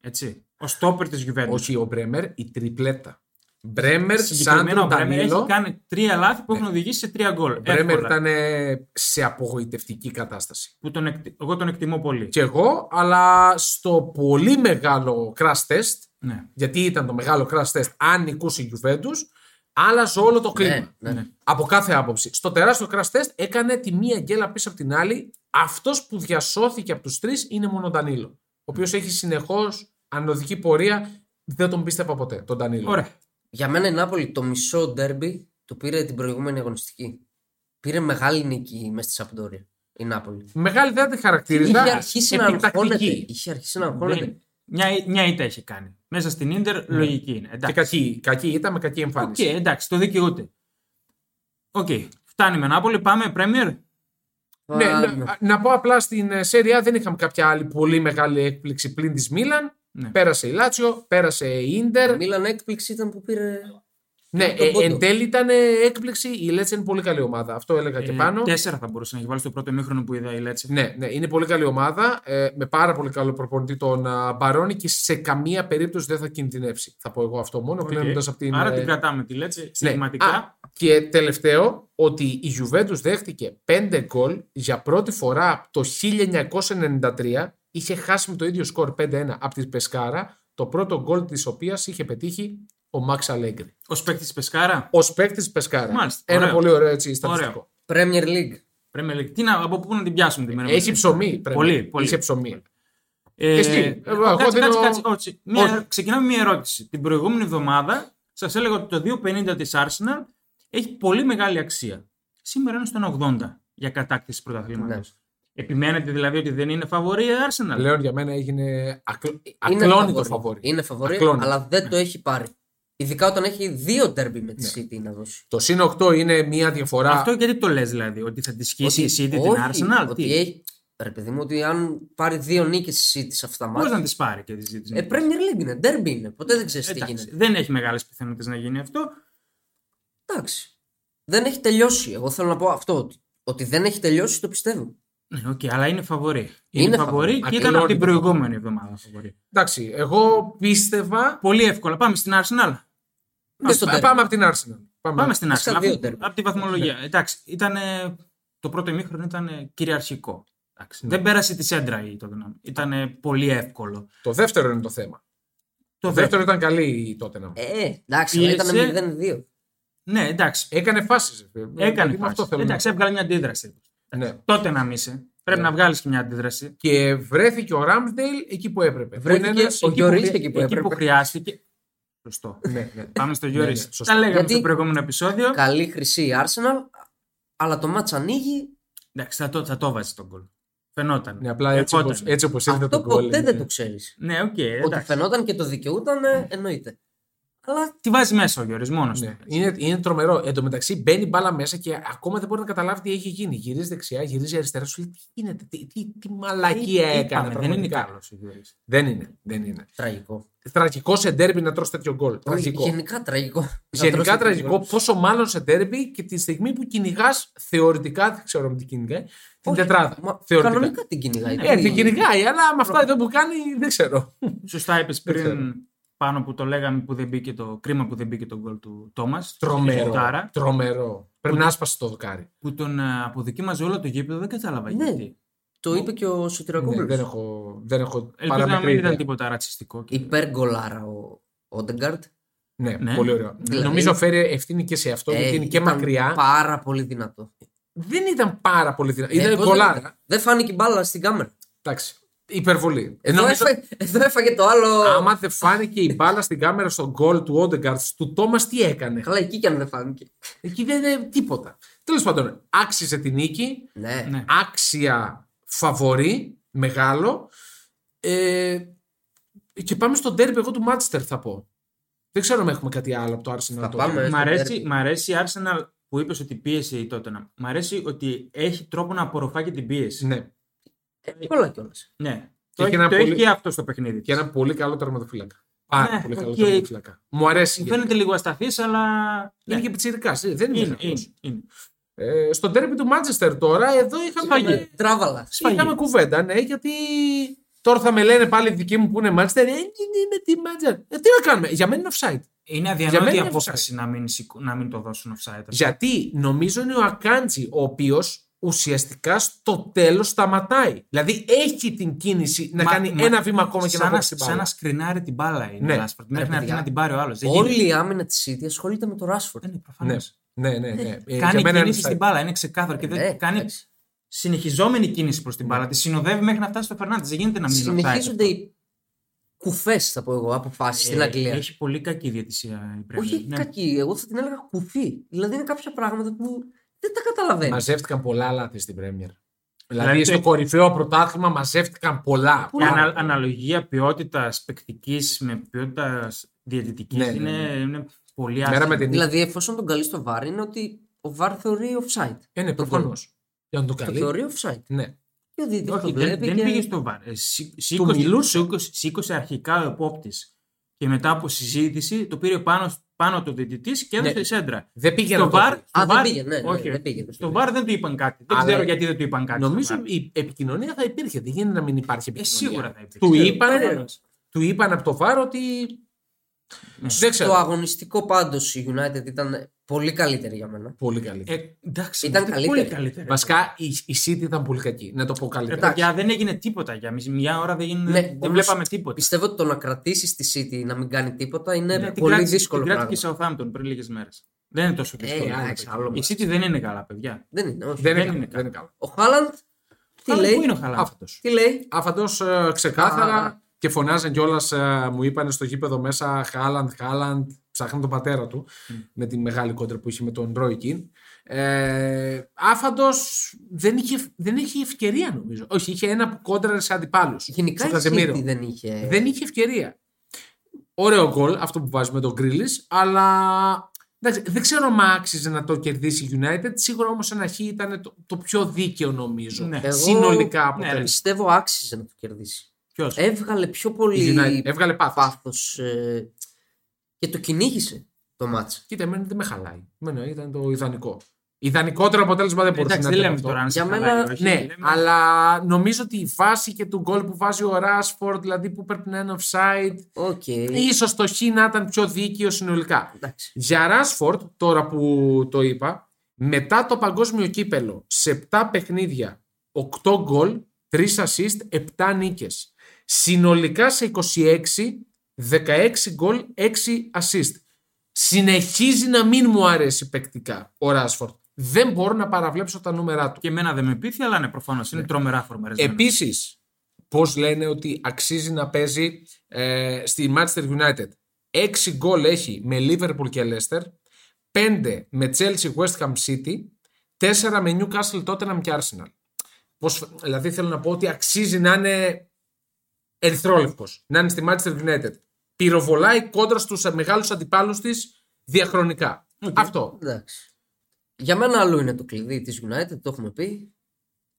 Speaker 1: Έτσι, ο στόπερ της Γιουβέντους.
Speaker 2: Όχι ο Μπρέμερ, η τριπλέτα. Μπρέμερ,
Speaker 1: Συγκεκριμένα
Speaker 2: Σάντρο,
Speaker 1: ο Μπρέμερ
Speaker 2: Ντανίλο. Ε,
Speaker 1: έχει κάνει τρία λάθη που έχουν οδηγήσει σε τρία γκολ.
Speaker 2: Ο Μπρέμερ
Speaker 1: Εύκολα.
Speaker 2: ήταν ε, σε απογοητευτική κατάσταση.
Speaker 1: Που τον εκτι- Εγώ τον εκτιμώ πολύ.
Speaker 2: Κι εγώ, αλλά στο πολύ μεγάλο crash test,
Speaker 1: Ναι.
Speaker 2: γιατί ήταν το μεγάλο crash test, αν νικούσε η Juventus, άλλαζε όλο το κλίμα.
Speaker 3: Ναι, ναι.
Speaker 1: Ναι.
Speaker 2: Από κάθε άποψη. Στο τεράστιο crash test έκανε τη μία γκέλα πίσω από την άλλη. Αυτός που διασώθηκε από τους τρεις είναι μόνο ο Ντανίλο. Ο οποίος έχει συνεχώς ανωδική πορεία. Δεν τον πίστευα ποτέ, τον Ντανίλο.
Speaker 1: Ωραία.
Speaker 3: Για μένα η Νάπολη το μισό ντέρμπι το πήρε την προηγούμενη αγωνιστική. Πήρε μεγάλη νίκη μέσα στη Σαμπντόρια η Νάπολη.
Speaker 2: Μεγάλη δεν τη χαρακτηρίζα.
Speaker 3: Είχε αρχίσει να
Speaker 2: επιτακτική.
Speaker 3: αγχώνεται. Είχε αρχίσει να αγχώνεται.
Speaker 1: Δεν- Μια, μια ήττα έχει κάνει. Μέσα στην Ίντερ,
Speaker 2: Ναι.
Speaker 1: λογική είναι.
Speaker 2: Και
Speaker 1: Εντάξει.
Speaker 2: κακή, κακή ήταν με κακή
Speaker 1: Οκ,
Speaker 2: εμφάνιση.
Speaker 1: εντάξει, το δικαιούται. Οκ, φτάνει με Νάπολη, πάμε Πρέμιερ.
Speaker 3: Α,
Speaker 2: Ναι,
Speaker 3: ναι.
Speaker 2: να, να πω απλά στην Σέρια δεν είχαμε κάποια άλλη πολύ μεγάλη έκπληξη πλην της Μίλαν.
Speaker 1: Ναι.
Speaker 2: Πέρασε η Λάτσιο, πέρασε η
Speaker 3: Η
Speaker 2: Ίντερ.
Speaker 3: Μίλαν έκπληξη ήταν που πήρε
Speaker 2: Ναι,
Speaker 3: τον
Speaker 2: ε,
Speaker 3: πόντο.
Speaker 2: εν τέλει ήταν ε, έκπληξη. Η Λέτσε είναι πολύ καλή ομάδα. Αυτό έλεγα και
Speaker 1: Ε,
Speaker 2: πάνω.
Speaker 1: Τέσσερα θα μπορούσε να έχει βάλει στο πρώτο μήχρονο που είδα η Λέτσε.
Speaker 2: Ναι, ναι, είναι πολύ καλή ομάδα. ε, με πάρα πολύ καλό προπονητή τον α, Μπαρόνι και σε καμία περίπτωση δεν θα κινδυνεύσει. Θα πω εγώ αυτό μόνο,
Speaker 1: Οκ.
Speaker 2: κλείνοντας από την.
Speaker 1: Άρα
Speaker 2: ε,
Speaker 1: την κρατάμε τη Λέτσε
Speaker 2: ναι.
Speaker 1: στιγματικά.
Speaker 2: Α, και τελευταίο, ότι η Juventus δέχτηκε 5 γκολ για πρώτη φορά από το 1993. Είχε χάσει με το ίδιο σκορ 5-1 από τη Πεσκάρα, το πρώτο γκολ της οποίας είχε πετύχει ο Μαξ Αλέγκρι.
Speaker 1: Ως παίκτης Πεσκάρα.
Speaker 2: Ως παίκτης της Πεσκάρα.
Speaker 1: Μάλιστα,
Speaker 2: Ένα
Speaker 1: ωραίο.
Speaker 2: πολύ ωραίο έτσι στατιστικό.
Speaker 1: Ωραίο.
Speaker 3: Premier League.
Speaker 1: Πρέπει να τι να, από πού να την πιάσουμε την μέρα.
Speaker 2: Έχει
Speaker 1: μας.
Speaker 2: ψωμί. πρέπει.
Speaker 1: Πολύ, πολύ.
Speaker 2: Είχε ψωμί.
Speaker 1: Ε,
Speaker 2: Εσύ,
Speaker 1: ε,
Speaker 2: εγώ
Speaker 1: κάτσε,
Speaker 2: δίνω-
Speaker 1: κάτσε, κάτσε, όχι. Μία-
Speaker 2: Όχι.
Speaker 1: Ξεκινάμε με μια ερώτηση. Την προηγούμενη εβδομάδα σας έλεγα ότι το 2.50 της Arsenal έχει πολύ μεγάλη αξία. Σήμερα είναι στον 80 για κατάκτηση πρωταθλήματος.
Speaker 3: Ναι.
Speaker 1: Επιμένετε δηλαδή ότι δεν είναι φαβορή η Arsenal.
Speaker 2: Πλέον για μένα έγινε ακλ...
Speaker 3: Ναι. Είναι
Speaker 2: ακλόνητο
Speaker 3: φαβορί.
Speaker 2: φαβόρι.
Speaker 3: Είναι φαβορή,
Speaker 2: Ακλόνητο.
Speaker 3: αλλά δεν το έχει πάρει. Ειδικά όταν έχει δύο ντέρμπι με
Speaker 1: Ναι.
Speaker 3: τη City να δώσει.
Speaker 2: Το συν 8 είναι μια διαφορά.
Speaker 1: Αυτό γιατί το λες δηλαδή, ότι θα τη σκίσει η City την
Speaker 3: όχι,
Speaker 1: Arsenal.
Speaker 3: Ότι
Speaker 1: Τι,
Speaker 3: έχει, ρε παιδί μου, ότι αν πάρει δύο νίκες η City σε αυτά τα
Speaker 1: Πώς
Speaker 3: μάτια.
Speaker 1: να τις πάρει και τις ζήτηση.
Speaker 3: Ε, Premier League είναι, ντέρμπι είναι. Ποτέ δεν ξέρεις τι
Speaker 1: Εντάξει,
Speaker 3: γίνεται.
Speaker 1: δεν έχει μεγάλες πιθανότητες να γίνει αυτό.
Speaker 3: Εντάξει. Δεν έχει τελειώσει. Εγώ θέλω να πω αυτό. Ότι, ότι δεν έχει τελειώσει το πιστεύω.
Speaker 1: Ναι, οκ, αλλά είναι φαβορή. Είναι,
Speaker 3: Είναι
Speaker 1: φαβορή
Speaker 3: φαβορί.
Speaker 1: και ήταν από την
Speaker 2: Ακλόνητο.
Speaker 1: προηγούμενη εβδομάδα φαβορή.
Speaker 2: Εντάξει, εγώ πίστευα.
Speaker 1: Πολύ εύκολα. Πάμε στην Arsenal.
Speaker 3: Δεν στο
Speaker 2: Α,
Speaker 3: ντέρμπι.
Speaker 2: πάμε από την Arsenal. Πάμε.
Speaker 1: Πάμε στην
Speaker 3: στα
Speaker 1: Arsenal.
Speaker 3: δύο
Speaker 1: Από,
Speaker 3: derby.
Speaker 1: από τη βαθμολογία. Εντάξει, ήταν, ε, το πρώτο ημίχρονο ήταν ε, κυριαρχικό. Εντάξει, ναι. Δεν πέρασε τη σέντρα η Tottenham. Ήταν ε, πολύ εύκολο.
Speaker 2: Το δεύτερο είναι το θέμα.
Speaker 1: Το
Speaker 2: Το δεύτερο ήταν καλή η Tottenham.
Speaker 3: Ε, εντάξει, αλλά
Speaker 1: Πίεσε.
Speaker 3: ήταν 0-2.
Speaker 1: Ναι, εντάξει.
Speaker 2: Έκανε φάσεις.
Speaker 1: Έκανε φάση.
Speaker 2: ε, Δηλαδή, θέλω. να
Speaker 1: Εντάξει, έβγαλε μια αντίδραση.
Speaker 2: πω. Ναι.
Speaker 1: Τότε να είσαι. Πρέπει
Speaker 2: Ναι.
Speaker 1: να βγάλεις και μια αντίδραση.
Speaker 2: Και βρέθηκε ο Ράμσδεϊλ εκεί που έπρεπε. Που είναι
Speaker 3: Βρέθηκε
Speaker 2: ένας-
Speaker 3: ο
Speaker 2: εκεί που
Speaker 3: Γιωρίς
Speaker 2: χρει-
Speaker 3: εκεί που
Speaker 1: Εκεί που
Speaker 3: έπρεπε.
Speaker 1: χρειάστηκε. Σωστό.
Speaker 2: Ναι, ναι.
Speaker 1: Πάμε στο
Speaker 2: ναι,
Speaker 1: Γιώργη.
Speaker 2: σωστό.
Speaker 1: Τα λέγαμε
Speaker 3: Γιατί-
Speaker 1: στο προηγούμενο επεισόδιο.
Speaker 3: Καλή χρυσή η Arsenal, αλλά το μάτς ανοίγει.
Speaker 1: Εντάξει, θα το, θα το βάζει τον κολ. Φαινόταν.
Speaker 2: Ναι, απλά έτσι
Speaker 1: Ερχόταν.
Speaker 2: όπως, έτσι όπως ήρθε
Speaker 3: Αυτό
Speaker 2: το Ε, γκολ.
Speaker 3: ποτέ
Speaker 2: είναι-
Speaker 3: δεν το ξέρεις.
Speaker 1: Ναι, οκ.
Speaker 3: Ότι
Speaker 1: εντάξει.
Speaker 3: φαινόταν και το δικαιούταν, ε, εννοείται. Αλλά
Speaker 1: Τη βάζει μέσα ο Γιώργη μόνος
Speaker 2: Ναι.
Speaker 1: του.
Speaker 2: Είναι, είναι τρομερό. Εν τω μεταξύ μπαίνει μπάλα μέσα και ακόμα δεν μπορεί να καταλάβει τι έχει γίνει. Γυρίζει δεξιά, γυρίζει αριστερά. Σου λέει τι γίνεται, τι, τι, τι μαλακία
Speaker 1: Ε, Είπαμε,
Speaker 2: έκανε.
Speaker 1: Δεν είναι
Speaker 2: πραγματικά.
Speaker 1: καλός ο Γιώργη.
Speaker 2: Δεν είναι. Δεν είναι.
Speaker 3: τραγικό.
Speaker 2: Τραγικό σε ντέρμπι να τρώσει τέτοιο γκολ. Τραγικό.
Speaker 3: Γενικά τραγικό. Να
Speaker 2: Γενικά
Speaker 3: τρως
Speaker 2: τραγικό,
Speaker 3: γκολ.
Speaker 2: πόσο μάλλον σε ντέρμπι και τη στιγμή που κυνηγάς θεωρητικά, δεν ξέρω αν την κυνηγάει, την
Speaker 3: Όχι,
Speaker 2: τετράδα.
Speaker 3: μα
Speaker 2: θεωρητικά.
Speaker 3: Κανονικά την κυνηγάει.
Speaker 2: Ε, την κυνηγάει, αλλά με αυτά εδώ που κάνει δεν ξέρω.
Speaker 1: Σωστά είπες
Speaker 2: ξέρω.
Speaker 1: πριν πάνω που το λέγαμε που δεν μπήκε το κρίμα που δεν μπήκε το γκολ του Τόμα.
Speaker 2: Τρομερό. Τρομερό. Πρέπει να άσπασε το δοκάρι.
Speaker 1: Που τον ε, αποδοκίμαζε όλο το γήπεδο, δεν κατάλαβα
Speaker 3: Ναι.
Speaker 1: γιατί.
Speaker 3: Το είπε και ο
Speaker 2: Ναι,
Speaker 3: Σωτηρακόπουλος.
Speaker 2: δεν έχω, δεν έχω
Speaker 1: Ελπίζω να
Speaker 2: παραμικρή
Speaker 1: μην ήταν
Speaker 2: ιδέα.
Speaker 1: τίποτα ρατσιστικό. και-
Speaker 3: Υπεργολάρα ο Όντεγκαρντ.
Speaker 2: Ναι,
Speaker 1: Ναι.
Speaker 2: πολύ ωραίο.
Speaker 3: Δηλαδή- Ε,
Speaker 2: Νομίζω φέρει ευθύνη και σε αυτό, γιατί είναι και μακριά.
Speaker 3: Πάρα πολύ δυνατό.
Speaker 2: Δεν ήταν πάρα πολύ δυνατό.
Speaker 3: Ε,
Speaker 2: Ήταν
Speaker 3: πώς
Speaker 2: κολλάρα.
Speaker 3: δεν- Δεν φάνηκε η μπάλα στην κάμερα.
Speaker 2: Εντάξει. Υπερβολή. Ε,
Speaker 3: Εδώ,
Speaker 2: νομίζω,
Speaker 3: έφαγε, εδώ έφαγε το άλλο.
Speaker 2: άμα δεν φάνηκε η μπάλα στην κάμερα στον γκολ του Όντεγκαρτ, του Τόμα τι έκανε.
Speaker 3: Καλά, εκεί κι αν δεν φάνηκε.
Speaker 2: Εκεί δεν είναι τίποτα. Τέλος πάντων, άξιζε την νίκη.
Speaker 3: Ναι.
Speaker 1: Ναι.
Speaker 2: Άξια φαβορή. Μεγάλο. Ε, και πάμε στο τέρμπι εγώ του Μάτσεστερ θα πω. Δεν ξέρω αν έχουμε κάτι άλλο από το Arsenal.
Speaker 3: Θα
Speaker 2: τώρα.
Speaker 3: πάμε.
Speaker 1: Μ'
Speaker 3: στο
Speaker 1: αρέσει,
Speaker 3: derby.
Speaker 1: μ' αρέσει η Arsenal που είπες ότι πίεσε η Tottenham. Μ' αρέσει ότι έχει τρόπο να απορροφά και την πίεση.
Speaker 2: Ναι.
Speaker 3: Εύκολα κιόλας.
Speaker 1: Ναι. Το,
Speaker 2: έχει
Speaker 1: έχει,
Speaker 2: ένα
Speaker 1: το έχει
Speaker 2: πολύ-
Speaker 1: και αυτό στο παιχνίδι.
Speaker 2: Και
Speaker 1: της.
Speaker 2: ένα πολύ καλό τερματοφύλακα. Πάρα
Speaker 1: Ναι,
Speaker 2: πολύ καλό
Speaker 1: οκ.
Speaker 2: τερματοφύλακα. Μου αρέσει.
Speaker 1: Μου
Speaker 2: γενικά.
Speaker 1: Φαίνεται λίγο ασταθής, αλλά.
Speaker 2: Είναι
Speaker 1: Ναι.
Speaker 2: και πιτσιρικά. Δεν είναι.
Speaker 1: είναι,
Speaker 2: μεγάλος.
Speaker 1: είναι, είναι.
Speaker 2: Ε, στο τέρμι του Μάντσεστερ τώρα, εδώ
Speaker 1: Σφαγή.
Speaker 3: Ε,
Speaker 2: είχαμε,
Speaker 3: Τράβαλα.
Speaker 1: Σφαγή.
Speaker 2: είχαμε κουβέντα, ναι, γιατί τώρα θα με λένε πάλι δικοί μου που είναι Μάντσεστερ, ε, είναι με τη Μάντσεστερ. Ε, τι να κάνουμε, για μένα είναι offside.
Speaker 1: Είναι
Speaker 2: μένα
Speaker 1: αδιανόητη
Speaker 2: είναι
Speaker 1: η απόφαση να μην, σηκω- να μην το δώσουν offside.
Speaker 2: Γιατί νομίζω είναι ο Ακάντζη, ο οποίος ουσιαστικά στο τέλος σταματάει. Δηλαδή έχει την κίνηση να
Speaker 1: Μα-
Speaker 2: κάνει
Speaker 1: μα-
Speaker 2: ένα βήμα ακόμα και να
Speaker 1: Σαν να,
Speaker 2: βγάλει την
Speaker 1: σαν να
Speaker 2: μπάλα.
Speaker 1: σκρινάρει την μπάλα είναι
Speaker 2: Ναι.
Speaker 1: ο Rashford, μέχρι να
Speaker 3: παιδιά,
Speaker 1: έρθει να την πάρει ο άλλος.
Speaker 3: Όλη η άμυνα της City ασχολείται με το Ράσφορντ.
Speaker 1: Δεν είναι προφανές.
Speaker 2: Ναι, ναι, ναι. Ε,
Speaker 1: Ε, Κάνει
Speaker 2: για μένα είναι
Speaker 1: κίνηση στην
Speaker 2: offside.
Speaker 1: μπάλα, είναι ξεκάθαρο. Και δεν
Speaker 3: Ναι,
Speaker 1: κάνει
Speaker 3: εντάξει.
Speaker 1: συνεχιζόμενη κίνηση προς
Speaker 2: Ναι.
Speaker 1: την μπάλα. Τη συνοδεύει μέχρι να φτάσει στο Φερνάντε. Δεν γίνεται να μην είναι offside
Speaker 3: Συνεχίζονται
Speaker 1: αυτό.
Speaker 3: οι κουφές, θα πω εγώ, αποφάσεις στην
Speaker 1: Ε,
Speaker 3: Αγγλία.
Speaker 1: Έχει πολύ κακή διαιτησία η Premier
Speaker 3: Όχι
Speaker 1: League, ναι.
Speaker 3: κακή, εγώ θα την έλεγα κουφή. Δηλαδή είναι κάποια πράγματα που δεν τα καταλαβαίνεις.
Speaker 2: Μαζεύτηκαν πολλά λάθη στην Πρέμιερ. Δηλαδή
Speaker 1: Δηλαδή,
Speaker 2: στο
Speaker 1: το-
Speaker 2: κορυφαίο πρωτάθλημα μαζεύτηκαν πολλά.
Speaker 1: Η
Speaker 2: πολλά.
Speaker 1: ανα, αναλογία ποιότητας παικτικής με ποιότητας διαιτητικής
Speaker 2: Ναι, ναι,
Speaker 1: είναι,
Speaker 2: ναι.
Speaker 1: είναι πολύ
Speaker 2: Μέρα
Speaker 1: άσχημη.
Speaker 2: με την-
Speaker 3: Δηλαδή, εφόσον τον καλείς στο βάρ, είναι ότι ο βάρ θεωρεί offside.
Speaker 2: Ε, ναι,
Speaker 3: Το
Speaker 2: προφανώς. Για να το
Speaker 3: Το
Speaker 2: καλεί.
Speaker 3: θεωρεί offside.
Speaker 2: Ναι.
Speaker 3: Και ο διαιτητή
Speaker 1: Όχι,
Speaker 3: το
Speaker 1: δεν,
Speaker 3: βλέπει.
Speaker 1: δεν
Speaker 3: και...
Speaker 1: πήγε στο βαρ. Ε, σή- σήκωσε-
Speaker 2: μιλούσε.
Speaker 1: σήκωσε- Σήκωσε αρχικά ο επόπτης και μετά από συζήτηση το πήρε πάνω, πάνω το διαιτητής και έδωσε
Speaker 2: Ναι.
Speaker 1: σέντρα.
Speaker 3: Ε,
Speaker 2: Δεν πήγε
Speaker 1: Στο
Speaker 2: να το
Speaker 1: βαρ,
Speaker 2: πει.
Speaker 1: στο
Speaker 3: Α, δεν
Speaker 1: VAR
Speaker 3: πήγε, ναι, ναι,
Speaker 1: όχι,
Speaker 3: δεν πήγε, δεν
Speaker 1: Στο
Speaker 3: πήγε.
Speaker 1: βαρ δεν του είπαν κάτι. Δεν
Speaker 2: Αλλά-
Speaker 1: ξέρω γιατί δεν του είπαν κάτι. στο
Speaker 2: Νομίζω
Speaker 1: VAR.
Speaker 2: η επικοινωνία θα υπήρχε. Δεν γίνεται να μην υπάρχει
Speaker 1: ε,
Speaker 2: επικοινωνία.
Speaker 1: σίγουρα θα υπήρχε.
Speaker 2: Του
Speaker 1: Ξέρω.
Speaker 2: είπαν,
Speaker 1: Ξέρω.
Speaker 2: του είπαν από το βάρο ότι. Δεν ξέρω.
Speaker 3: Το αγωνιστικό πάντως η United ήταν πολύ καλύτερη για μένα.
Speaker 2: Πολύ καλή.
Speaker 1: Ε, εντάξει,
Speaker 3: Ήταν
Speaker 1: ήταν πολύ
Speaker 3: καλύτερη.
Speaker 1: καλύτερα.
Speaker 2: Βασικά η, η City ήταν πολύ κακή. Να το πω
Speaker 1: Ρε,
Speaker 2: καλύτερα.
Speaker 3: Εντάξει.
Speaker 1: παιδιά, δεν έγινε τίποτα για μισή- μια ώρα, δεν, έγινε,
Speaker 3: Ναι,
Speaker 1: δεν
Speaker 3: όμως
Speaker 1: βλέπαμε τίποτα.
Speaker 3: Πιστεύω ότι το να κρατήσεις τη City να μην κάνει τίποτα είναι
Speaker 1: Ναι, την
Speaker 3: πολύ
Speaker 1: κράτησε-
Speaker 3: δύσκολο
Speaker 1: Την
Speaker 3: πράγμα. Ε,
Speaker 1: κράτηκε η Southampton πριν λίγες μέρες. Δεν είναι τόσο δύσκολο.
Speaker 2: Ε, εντάξει,
Speaker 1: παιδιά.
Speaker 2: άλλο
Speaker 1: η
Speaker 2: μας.
Speaker 1: City δεν είναι καλά, παιδιά.
Speaker 3: Δεν είναι, όχι.
Speaker 2: δεν,
Speaker 1: δεν
Speaker 2: είναι
Speaker 1: είναι
Speaker 2: καλό, δεν είναι καλό.
Speaker 3: Ο Χάλαντ τι
Speaker 1: Αλλά
Speaker 3: λέει.
Speaker 1: Πού είναι ο Χαλάνδης?
Speaker 2: Άφαντο.
Speaker 3: Τι λέει.
Speaker 2: Άφαντο ε, ξεκάθαρα
Speaker 3: Α.
Speaker 2: και φωνάζαν κιόλας. Μου είπαν στο γήπεδο μέσα Χάλαντ, Χάλαντ. Ψάχναν τον πατέρα του με τη μεγάλη κόντρα που είχε με τον Ρόι Κιν. Ε, Άφαντος δεν, είχε- δεν είχε ευκαιρία νομίζω. Όχι, είχε ένα που κόντρα σε αντιπάλους.
Speaker 3: Γενικά η City δεν είχε.
Speaker 2: Δεν είχε ευκαιρία. Ωραίο γκολ αυτό που βάζει με τον Γκρίλι, αλλά εντάξει, δεν ξέρω αν άξιζε να το κερδίσει η United. Σίγουρα όμως ένα χ ήταν το, το πιο δίκαιο νομίζω.
Speaker 1: Ναι.
Speaker 3: Εγώ-
Speaker 2: Συνολικά
Speaker 1: ναι,
Speaker 2: αποτέλεσμα.
Speaker 3: Πιστεύω άξιζε να το κερδίσει.
Speaker 1: Ποιος?
Speaker 3: Έβγαλε πιο
Speaker 2: Η
Speaker 3: πολύ
Speaker 2: United έβγαλε πάθος.
Speaker 3: πάθος ε, και το κυνήγησε το μάτς.
Speaker 2: Κοίτα, εμένα δεν με χαλάει. Εμένα ήταν το ιδανικό. Ιδανικότερο αποτέλεσμα δεν μπορούσε
Speaker 1: Εντάξει, δεν
Speaker 2: να είναι
Speaker 1: λέμε
Speaker 2: αυτό.
Speaker 1: τώρα αν σε
Speaker 3: Για μένα,
Speaker 1: χαλάει, όχι.
Speaker 2: Ναι,
Speaker 1: Λέμε-
Speaker 2: αλλά νομίζω ότι η βάση και του γκολ που βάζει ο Ράσφορντ, δηλαδή που πρέπει να είναι offside,
Speaker 3: Οκ.
Speaker 1: Ε.
Speaker 2: ίσως το χ να ήταν πιο δίκαιο συνολικά.
Speaker 3: Εντάξει.
Speaker 2: Για Ράσφορντ, τώρα που το είπα, μετά το παγκόσμιο κύπελο, σε 7 παιχνίδια, 8 γκολ, 3 assist, 7 νίκες. Συνολικά σε 26, 16 γκολ, 6 assist. Συνεχίζει να μην μου αρέσει παικτικά ο Ράσφορντ. Δεν μπορώ να παραβλέψω τα νούμερά του.
Speaker 1: Και εμένα δεν με πείθει, αλλά ναι, προφανώς είναι τρομερά φορμαρισμένο.
Speaker 2: Επίσης, πώς λένε ότι αξίζει να παίζει ε, στη Manchester United. Έξι γκολ έχει με Liverpool και Leicester, πέντε με Chelsea West Ham City, τέσσερα με Newcastle Tottenham και Arsenal. Πώς, δηλαδή θέλω να πω ότι αξίζει να είναι ερυθρόλευκος, να είναι στη Manchester United. Πυροβολάει κόντρα στους μεγάλους αντιπάλους της διαχρονικά. Αυτό.
Speaker 3: Εντάξει. Για μένα άλλο είναι το κλειδί της United, το έχουμε πει.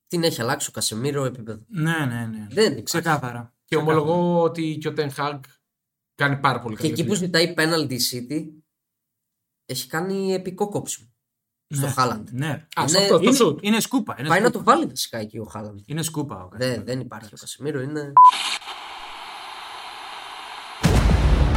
Speaker 3: Την έχει αλλάξει ο Κασεμίρο επίπεδο.
Speaker 1: Ναι, ναι, ναι.
Speaker 3: Δεν υπάρχει.
Speaker 1: Ξεκάθαρα.
Speaker 2: Και ομολογώ ότι και ο Ten Hag κάνει πάρα πολύ
Speaker 3: Και
Speaker 2: καλή
Speaker 3: εκεί που
Speaker 2: δουλειά.
Speaker 3: ζητάει πέναλτι η City, έχει κάνει επικό κόψιμο στο
Speaker 1: Ναι.
Speaker 3: Χάλαντ.
Speaker 1: Ναι.
Speaker 2: Α, σε
Speaker 3: είναι-
Speaker 2: αυτό το
Speaker 1: Είναι,
Speaker 2: σουτ.
Speaker 1: είναι σκούπα. Είναι
Speaker 3: Πάει να
Speaker 1: σκούπα,
Speaker 3: το βάλει βασικά εκεί ο Χάλαντ.
Speaker 1: είναι σκούπα ο Κασεμίρο.
Speaker 3: Δεν, δεν υπάρχει ο Κασεμίρο, είναι.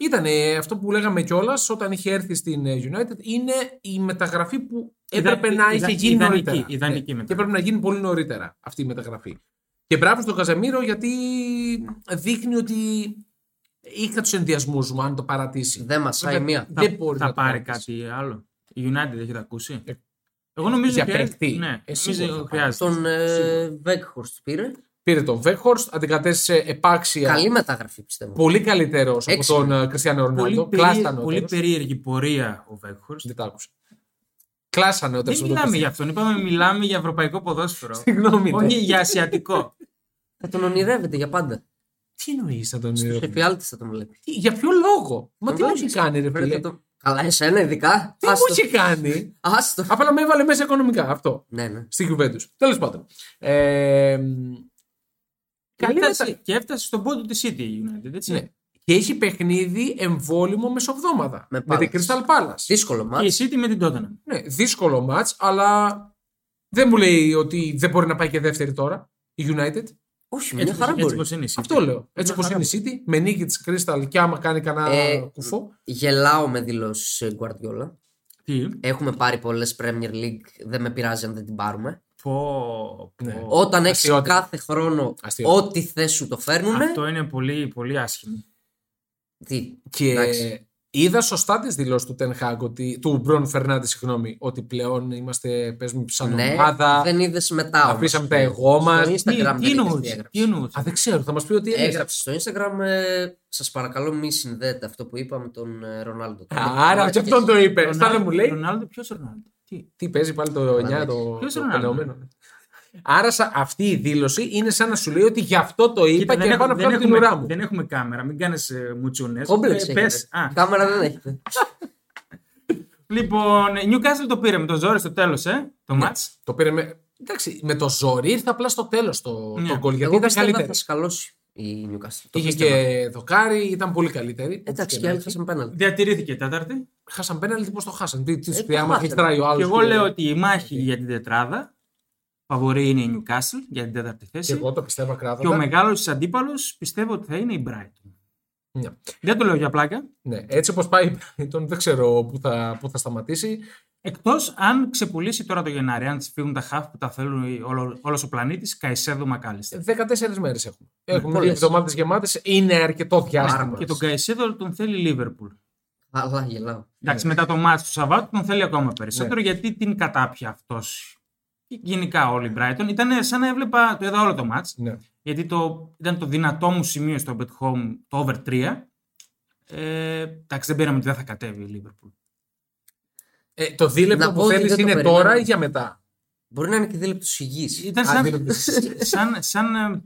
Speaker 2: Ήταν αυτό που λέγαμε κιόλας όταν είχε έρθει στην ε, United. Είναι η μεταγραφή που έπρεπε
Speaker 1: Ιδα-
Speaker 2: να
Speaker 1: ιδα-
Speaker 2: είχε γίνει
Speaker 1: ιδανική-
Speaker 2: νωρίτερα.
Speaker 1: ιδανική
Speaker 2: Ναι.
Speaker 1: μεταγραφή.
Speaker 2: Και έπρεπε να γίνει πολύ νωρίτερα αυτή η μεταγραφή. Και μπράβο στον Καζεμίρο γιατί δείχνει ότι είχα τους ενδιασμούς μου αν το παρατήσει.
Speaker 3: Δεν μασάει μία.
Speaker 1: Θα,
Speaker 2: δεν μπορεί
Speaker 1: θα
Speaker 2: να το
Speaker 1: πάρει
Speaker 2: κάνεις.
Speaker 1: κάτι άλλο. Η United έχει τα ακούσει.
Speaker 2: Ε,
Speaker 1: Εγώ νομίζω
Speaker 2: για
Speaker 1: ότι
Speaker 2: παιχτή.
Speaker 1: Ναι,
Speaker 2: Ε, σίγουρα
Speaker 1: νομίζω
Speaker 2: θα
Speaker 1: ότι
Speaker 2: πάρεις.
Speaker 1: χρειάζεται.
Speaker 3: Τον ε, Βέκχορστ πήρε.
Speaker 2: Πήρε τον Βέκχορστ, αντικατέστησε επάξια.
Speaker 3: Καλή μεταγραφή πιστεύω.
Speaker 2: Πολύ καλύτερος από
Speaker 3: Έξυπνο.
Speaker 2: τον ε, Κριστιανό
Speaker 1: Πολύ,
Speaker 2: Ρονάλντο.
Speaker 1: περίεργη-
Speaker 2: Κλάσταν
Speaker 1: πολύ περίεργη πορεία ο Βέκχορστ.
Speaker 2: Δεν τα άκουσα. Κλάσανε ο
Speaker 1: Δεν μιλάμε για αυτόν. Είπαμε μιλάμε για ευρωπαϊκό ποδόσφαιρο.
Speaker 2: Συγγνώμη. ναι.
Speaker 1: Όχι για ασιατικό.
Speaker 3: Θα τον ονειρεύεται για πάντα.
Speaker 2: Τι εννοείς να τον
Speaker 3: Στο
Speaker 2: ονειρεύεται.
Speaker 3: εφιάλτη θα τον βλέπει.
Speaker 2: Τι- Για ποιο λόγο. Μα τι μου
Speaker 3: Εντάξει,
Speaker 2: έχει κάνει, ρε
Speaker 3: πρέπει
Speaker 2: φίλε.
Speaker 3: να το- Καλά, εσένα ειδικά.
Speaker 2: Τι μου έχει κάνει.
Speaker 3: Άστο.
Speaker 2: Απλά με έβαλε μέσα οικονομικά αυτό.
Speaker 3: Ναι, ναι.
Speaker 2: Στη Juventus. Τέλος πάντων. Ε, μ, <laughs> καλή
Speaker 1: Έφτασε-
Speaker 2: μετα-
Speaker 1: Και έφτασε στον πόντο της City η United, έτσι.
Speaker 2: Ναι. Και έχει παιχνίδι εμβόλυμο μεσοβδόμαδα.
Speaker 3: Με
Speaker 2: Με, την
Speaker 3: Palace.
Speaker 2: Crystal Palace.
Speaker 3: Δύσκολο
Speaker 1: Και η
Speaker 3: μάτς.
Speaker 1: City με την Tottenham.
Speaker 2: Ναι, δύσκολο μάτς, αλλά δεν μου λέει ότι δεν μπορεί να πάει και δεύτερη τώρα. Η United.
Speaker 3: Όχι, μια
Speaker 1: Έτσι,
Speaker 3: χαρά
Speaker 1: έτσι
Speaker 3: μπορεί.
Speaker 1: πως είναι η City.
Speaker 2: Αυτό λέω. Έτσι
Speaker 1: Μια
Speaker 2: όπως είναι η City, με νίκη της Crystal και άμα κάνει κανένα
Speaker 3: Ε,
Speaker 2: κουφό.
Speaker 3: Γελάω με δηλώσεις Guardiola.
Speaker 1: Τι.
Speaker 3: Έχουμε πάρει πολλές Premier League. Δεν με πειράζει αν δεν την πάρουμε.
Speaker 1: Πω, πω.
Speaker 2: Ναι.
Speaker 3: Όταν έχεις
Speaker 2: αστείωτο.
Speaker 3: κάθε χρόνο
Speaker 2: Αστείωτο.
Speaker 3: ό,τι θες σου το φέρνουν.
Speaker 1: Αυτό είναι πολύ, πολύ άσχημο.
Speaker 3: Τι.
Speaker 2: Και
Speaker 3: Εντάξει.
Speaker 2: είδα σωστά τις δηλώσεις του Ten Hag, ότι, του Μπρον Φερνάντες, συγγνώμη, ότι πλέον είμαστε, παίζουμε σαν
Speaker 3: Ναι,
Speaker 2: ομάδα.
Speaker 3: δεν είδες μετά. όμως.
Speaker 2: αφήσαμε τα εγώ μας.
Speaker 3: Στο
Speaker 1: Τι,
Speaker 3: Instagram
Speaker 1: τι
Speaker 3: δεν
Speaker 1: εννοούσε,
Speaker 3: έγραψες.
Speaker 1: τι εννοούσε.
Speaker 2: Α, δεν ξέρω, θα μας πει ότι έγραψες.
Speaker 3: Έγραψες στο Instagram. Σας παρακαλώ, μη συνδέετε αυτό που είπα με τον ε, Ρονάλντο.
Speaker 2: Α, Άρα και αυτόν το είπε. Στα δεν μου λέει.
Speaker 1: Ρονάλντο, ποιος Ρονάλντο. Τι.
Speaker 2: Τι παίζει πάλι το 9 το,
Speaker 1: Ποιος
Speaker 2: το
Speaker 1: Ρονάλντο?
Speaker 2: φαινόμενο. Άρα σα- αυτή η δήλωση είναι σαν να σου λέει ότι γι' αυτό το είπα και πάνω
Speaker 1: δεν,
Speaker 2: από την ουρά μου.
Speaker 1: δεν έχουμε κάμερα, μην ε, κάνει μουτσούνε.
Speaker 2: Ε,
Speaker 3: Κόμπλεξ έχετε.
Speaker 1: Α,
Speaker 3: Κάμερα δεν έχετε.
Speaker 1: λοιπόν, Newcastle το πήρε με τον Ζόρι στο τέλος, ε, το match.
Speaker 2: Το πήρε με. Εντάξει, με το ζόρι ήρθε απλά στο τέλος το,
Speaker 1: Ναι.
Speaker 2: το γκολ γιατί
Speaker 3: Εγώ
Speaker 2: ήταν
Speaker 3: πιστεύω
Speaker 2: καλύτερη.
Speaker 3: θα σκαλώσει η Newcastle. Το
Speaker 2: Είχε
Speaker 3: πίστευα.
Speaker 2: και δοκάρι, ήταν πολύ καλύτερη. όπως Ε, και
Speaker 3: Εντάξει, και
Speaker 2: να
Speaker 3: άλλοι
Speaker 2: έχει.
Speaker 3: χάσαν πέναλτι.
Speaker 1: Διατηρήθηκε η τέταρτη.
Speaker 2: Χάσαν πέναλτι, πώς το χάσαν. Τι, τις
Speaker 3: Ε,
Speaker 2: σου πει,
Speaker 3: το
Speaker 2: άμα
Speaker 3: χάσανε.
Speaker 2: χτράει ο άλλος.
Speaker 1: Και εγώ λέω ότι η μάχη
Speaker 2: Ε,
Speaker 1: για την τετράδα φαβορεί είναι η Newcastle για την τέταρτη
Speaker 2: Και
Speaker 1: θέση.
Speaker 2: εγώ το πιστεύω
Speaker 1: Και ο
Speaker 2: ακράδαντα.
Speaker 1: μεγάλο αντίπαλος πιστεύω ότι θα είναι η Brighton.
Speaker 2: Ναι.
Speaker 1: Δεν το λέω για πλάκα.
Speaker 2: Ναι, έτσι όπως πάει η Brighton, δεν ξέρω πού θα, πού θα σταματήσει.
Speaker 1: Εκτός αν ξεπουλήσει τώρα το Γενάρη, αν της φύγουν τα χαφ που τα θέλουν όλο ο πλανήτης, Καϊσέδο
Speaker 2: Ε,
Speaker 1: Μακάλιστερ.
Speaker 2: 14 μέρες έχουμε. Έχουμε δύο
Speaker 3: Ναι, πολλές.
Speaker 2: εβδομάδε γεμάτε. Είναι αρκετό διάστημα.
Speaker 3: πολλές.
Speaker 1: Και τον Καϊσέδο τον θέλει η Λίβερπουλ.
Speaker 3: Αλλά γελάω.
Speaker 1: Εντάξει,
Speaker 2: Ναι.
Speaker 1: μετά το μάτς του Σαββάτου τον θέλει ακόμα περισσότερο γιατί την κατάπιε αυτός. Γενικά όλη η Brighton. Ήταν σαν να έβλεπα, το είδα όλο το μάτς,
Speaker 2: Ναι.
Speaker 1: γιατί το, ήταν το δυνατό μου σημείο στο Bet Home το over 3. Ε, εντάξει, δεν πήραμε ότι δεν θα κατέβει η Liverpool.
Speaker 2: Ε, το δίλεπτο
Speaker 3: Να πω
Speaker 2: που
Speaker 3: ότι
Speaker 2: θέλεις
Speaker 3: δεν το
Speaker 2: είναι
Speaker 3: περιμένω.
Speaker 2: τώρα ή για μετά.
Speaker 3: Μπορεί να είναι και δίλεπτο υγιή.
Speaker 1: Ήταν σαν, <laughs>
Speaker 2: Αδύναμη.
Speaker 1: σαν, σαν, ε,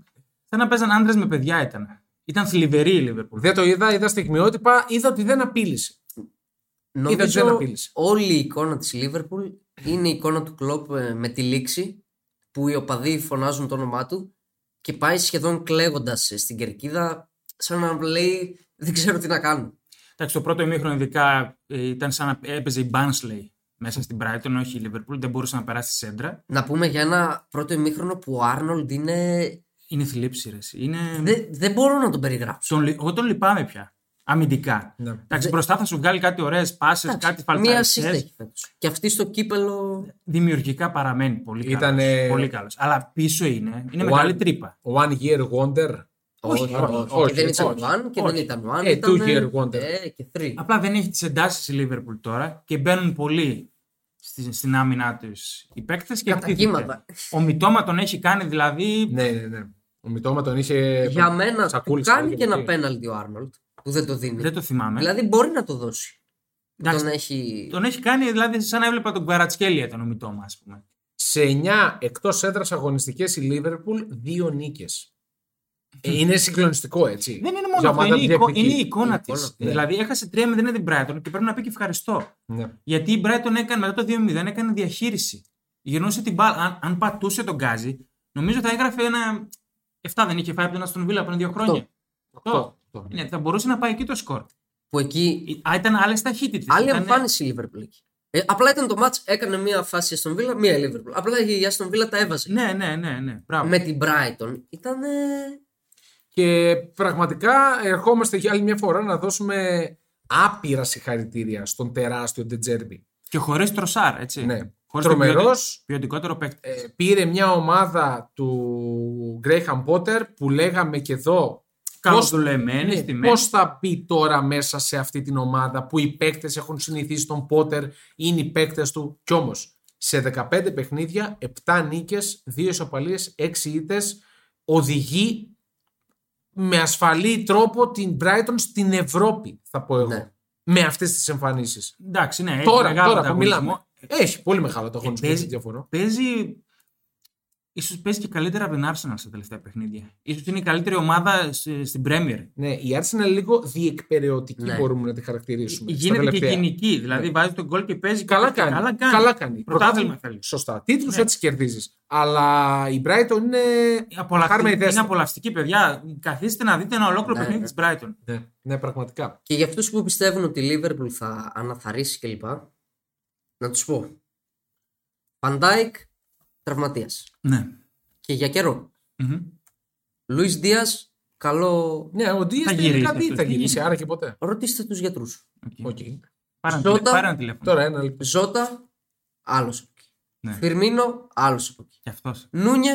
Speaker 1: σαν να παίζαν άντρες με παιδιά ήταν. Ήταν θλιβερή η Liverpool.
Speaker 2: Δεν το είδα, είδα στιγμιότυπα, είδα ότι δεν απείλησε. Είδα ότι δεν
Speaker 3: Νομίζω
Speaker 2: απείλησε.
Speaker 3: όλη η εικόνα της Λίβερπουλ είναι η εικόνα του Κλόπ ε, με τη λήξη που οι οπαδοί φωνάζουν το όνομά του και πάει σχεδόν κλαίγοντας ε, στην κερκίδα σαν να λέει δεν ξέρω τι να κάνω.
Speaker 1: Εντάξει, το πρώτο ημίχρονο ειδικά ε, ήταν σαν να έπαιζε η Barnsley μέσα στην Brighton, όχι η Liverpool, δεν μπορούσε να περάσει στη σέντρα.
Speaker 3: Να πούμε για ένα πρώτο ημίχρονο που ο Άρνολντ είναι.
Speaker 1: Είναι θλίψη, ρε. εσύ. Είναι...
Speaker 3: Δεν, δεν μπορώ να τον περιγράψω.
Speaker 1: Τον... λι- Εγώ τον λυπάμαι πια. Αμυντικά.
Speaker 2: Ναι.
Speaker 1: Εντάξει, μπροστά θα σου βγάλει κάτι ωραίες πάσε,
Speaker 3: Εντάξει,
Speaker 1: κάτι
Speaker 3: Μία assist
Speaker 1: φαλτσαρικέ.
Speaker 3: έχει φέτος. Και αυτή στο κύπελο.
Speaker 1: Δημιουργικά παραμένει πολύ καλός.
Speaker 2: Ήτανε-
Speaker 1: Πολύ καλός. Αλλά πίσω είναι. Είναι
Speaker 2: Ο
Speaker 1: μεγάλη
Speaker 2: Άν-
Speaker 1: τρύπα.
Speaker 2: One year wonder.
Speaker 1: Όχι, όχι,
Speaker 2: όχι,
Speaker 3: δεν ήταν
Speaker 2: όχι,
Speaker 3: one και
Speaker 1: όχι.
Speaker 3: δεν ήταν one.
Speaker 2: Ε,
Speaker 3: ήταν,
Speaker 2: two year wonder.
Speaker 3: ε, και three.
Speaker 1: Απλά δεν έχει τις εντάσεις η Liverpool τώρα και μπαίνουν πολλοί στην, στην άμυνά τους οι παίκτες και
Speaker 3: Κατά κύματα.
Speaker 1: εκτίθεται. Ο Μητώμα τον έχει κάνει δηλαδή.
Speaker 2: Ναι, ναι, ναι. Ο Μητώμα τον είχε.
Speaker 3: Για μένα του
Speaker 2: σακούλησε
Speaker 3: κάνει
Speaker 2: όλη
Speaker 3: και ένα
Speaker 2: αυτή.
Speaker 3: πέναλτι ο Άρνολτ που δεν το δίνει.
Speaker 1: Δεν το θυμάμαι.
Speaker 3: Δηλαδή μπορεί να το δώσει.
Speaker 1: Εντάξει,
Speaker 3: Τον έχει.
Speaker 1: Τον έχει κάνει δηλαδή σαν να έβλεπα τον Κουαρατσκέλια τον ο Μητώμα, ας πούμε.
Speaker 2: Σε 9 εκτός έδρας αγωνιστικές η Λίβερπουλ, δύο νίκες. Είναι συγκλονιστικό έτσι.
Speaker 1: Δεν είναι
Speaker 2: Για
Speaker 1: μόνο αυτό,
Speaker 2: ομάδα
Speaker 1: είναι, η
Speaker 2: που
Speaker 1: εικο-
Speaker 2: διεκδικεί.
Speaker 1: είναι η εικόνα της.
Speaker 3: εικόνα,
Speaker 2: ναι.
Speaker 1: Δηλαδή έχασε 3-0 την Brighton και πρέπει να πει και ευχαριστώ.
Speaker 2: Ναι.
Speaker 1: Γιατί η Brighton έκανε μετά το 2-0, έκανε διαχείριση. Γυρνούσε την μπάλα. Αν, αν πατούσε τον Γκάζι, νομίζω θα έγραφε ένα. 7 δεν είχε φάει από τον Αστον Βίλα πριν δύο χρόνια.
Speaker 2: Αυτό.
Speaker 1: Ναι, θα μπορούσε να πάει εκεί το σκορ.
Speaker 3: Που εκεί
Speaker 1: Ε, Α, ήταν άλλες ταχύτητες.
Speaker 3: Άλλη εμφάνιση η Λίβερπουλ εκεί. Ε, απλά ήταν το match, έκανε μία φάση στον Βίλα, μία Λίβερπουλ. Απλά η Αστον Βίλα τα έβαζε.
Speaker 1: Ναι, ναι, ναι, ναι. Μπράβο.
Speaker 3: Με την Brighton ήταν.
Speaker 2: Και πραγματικά ερχόμαστε για άλλη μια φορά να δώσουμε άπειρα συγχαρητήρια στον τεράστιο Ντετζέρμπι.
Speaker 1: Και χωρίς τροσάρ, έτσι.
Speaker 2: Ναι.
Speaker 1: Ε, Χωρίς τον
Speaker 2: Τρομερό.
Speaker 1: ποιοτι- Ποιοτικότερο παίκτη.
Speaker 2: Ε, πήρε μια ομάδα του Graham Potter που λέγαμε και εδώ
Speaker 1: Καλώς
Speaker 2: πώς-
Speaker 1: δουλεμένη,
Speaker 2: ναι,
Speaker 1: στη
Speaker 2: πώς θα μπει τώρα μέσα σε αυτή την ομάδα που οι παίκτες έχουν συνηθίσει τον Πότερ, είναι οι παίκτες του κι όμως σε 15 παιχνίδια, 7 νίκες, 2 ισοπαλίες, 6 ήττες οδηγεί με ασφαλή τρόπο την Brighton στην Ευρώπη θα πω εγώ
Speaker 3: Ναι.
Speaker 2: με αυτές τις εμφανίσεις
Speaker 1: Εντάξει, ναι. έχει
Speaker 2: τώρα,
Speaker 1: μεγάλο
Speaker 2: τώρα που
Speaker 1: ανταγωνισμό. Ε,
Speaker 2: μιλάμε έχει πολύ μεγάλο το χρόνο
Speaker 1: παίζει-
Speaker 2: διαφορά
Speaker 1: Παίζει. Ίσως παίζει και καλύτερα από την Arsenal στα τελευταία παιχνίδια. Ίσως είναι η καλύτερη ομάδα σε- στην Premier.
Speaker 2: Ναι, η Arsenal είναι λίγο διεκπαιρεωτική,
Speaker 3: Ναι.
Speaker 2: μπορούμε να τη χαρακτηρίσουμε. στα
Speaker 1: Γίνεται και
Speaker 2: τελευταία.
Speaker 1: κοινική. Δηλαδή βάζει τον γκολ και παίζει.
Speaker 2: Καλά
Speaker 1: και-
Speaker 2: κάνει.
Speaker 1: Καλά κάνει.
Speaker 2: Καλά κάνει.
Speaker 1: Πρωτάθλημα θέλει.
Speaker 2: Σωστά. Τίτλους
Speaker 1: Ναι.
Speaker 2: έτσι κερδίζεις. Αλλά η Brighton είναι.
Speaker 1: Απολαυστική-
Speaker 2: Χάρμα η
Speaker 1: είναι
Speaker 2: δέστη.
Speaker 1: απολαυστική, παιδιά. Καθίστε να δείτε ένα ολόκληρο
Speaker 3: Ναι,
Speaker 1: παιχνίδι
Speaker 3: ναι.
Speaker 1: της Brighton.
Speaker 2: Ναι, ναι, πραγματικά.
Speaker 3: Και για αυτούς που πιστεύουν ότι η Λίβερπουλ θα αναθαρίσει κλπ. Να τους πω. Παντάικ τραυματίας.
Speaker 1: Ναι.
Speaker 3: Και για καιρό.
Speaker 1: Μμμ.
Speaker 3: Λουίς Δίας, καλό.
Speaker 2: Ναι, ο Ντία
Speaker 1: Θα
Speaker 2: τελικά
Speaker 1: γυρίσει Ναι.
Speaker 2: τι
Speaker 1: αυτός.
Speaker 2: θα
Speaker 1: Τι
Speaker 2: γυρίσει,
Speaker 1: γίνεται.
Speaker 2: άρα και ποτέ.
Speaker 3: Ρωτήστε τους γιατρούς.
Speaker 1: Οκ.
Speaker 2: Οκ.
Speaker 1: Πάρε ένα τηλε-
Speaker 3: Ζώτα.
Speaker 1: πάρε ένα τηλέφωνο.
Speaker 2: Τώρα ένα λεπτό.
Speaker 3: Ζώτα, άλλος από εκεί.
Speaker 1: Ναι.
Speaker 3: Φιρμίνο, άλλος από εκεί.
Speaker 1: Κι αυτός.
Speaker 3: Νούνιες,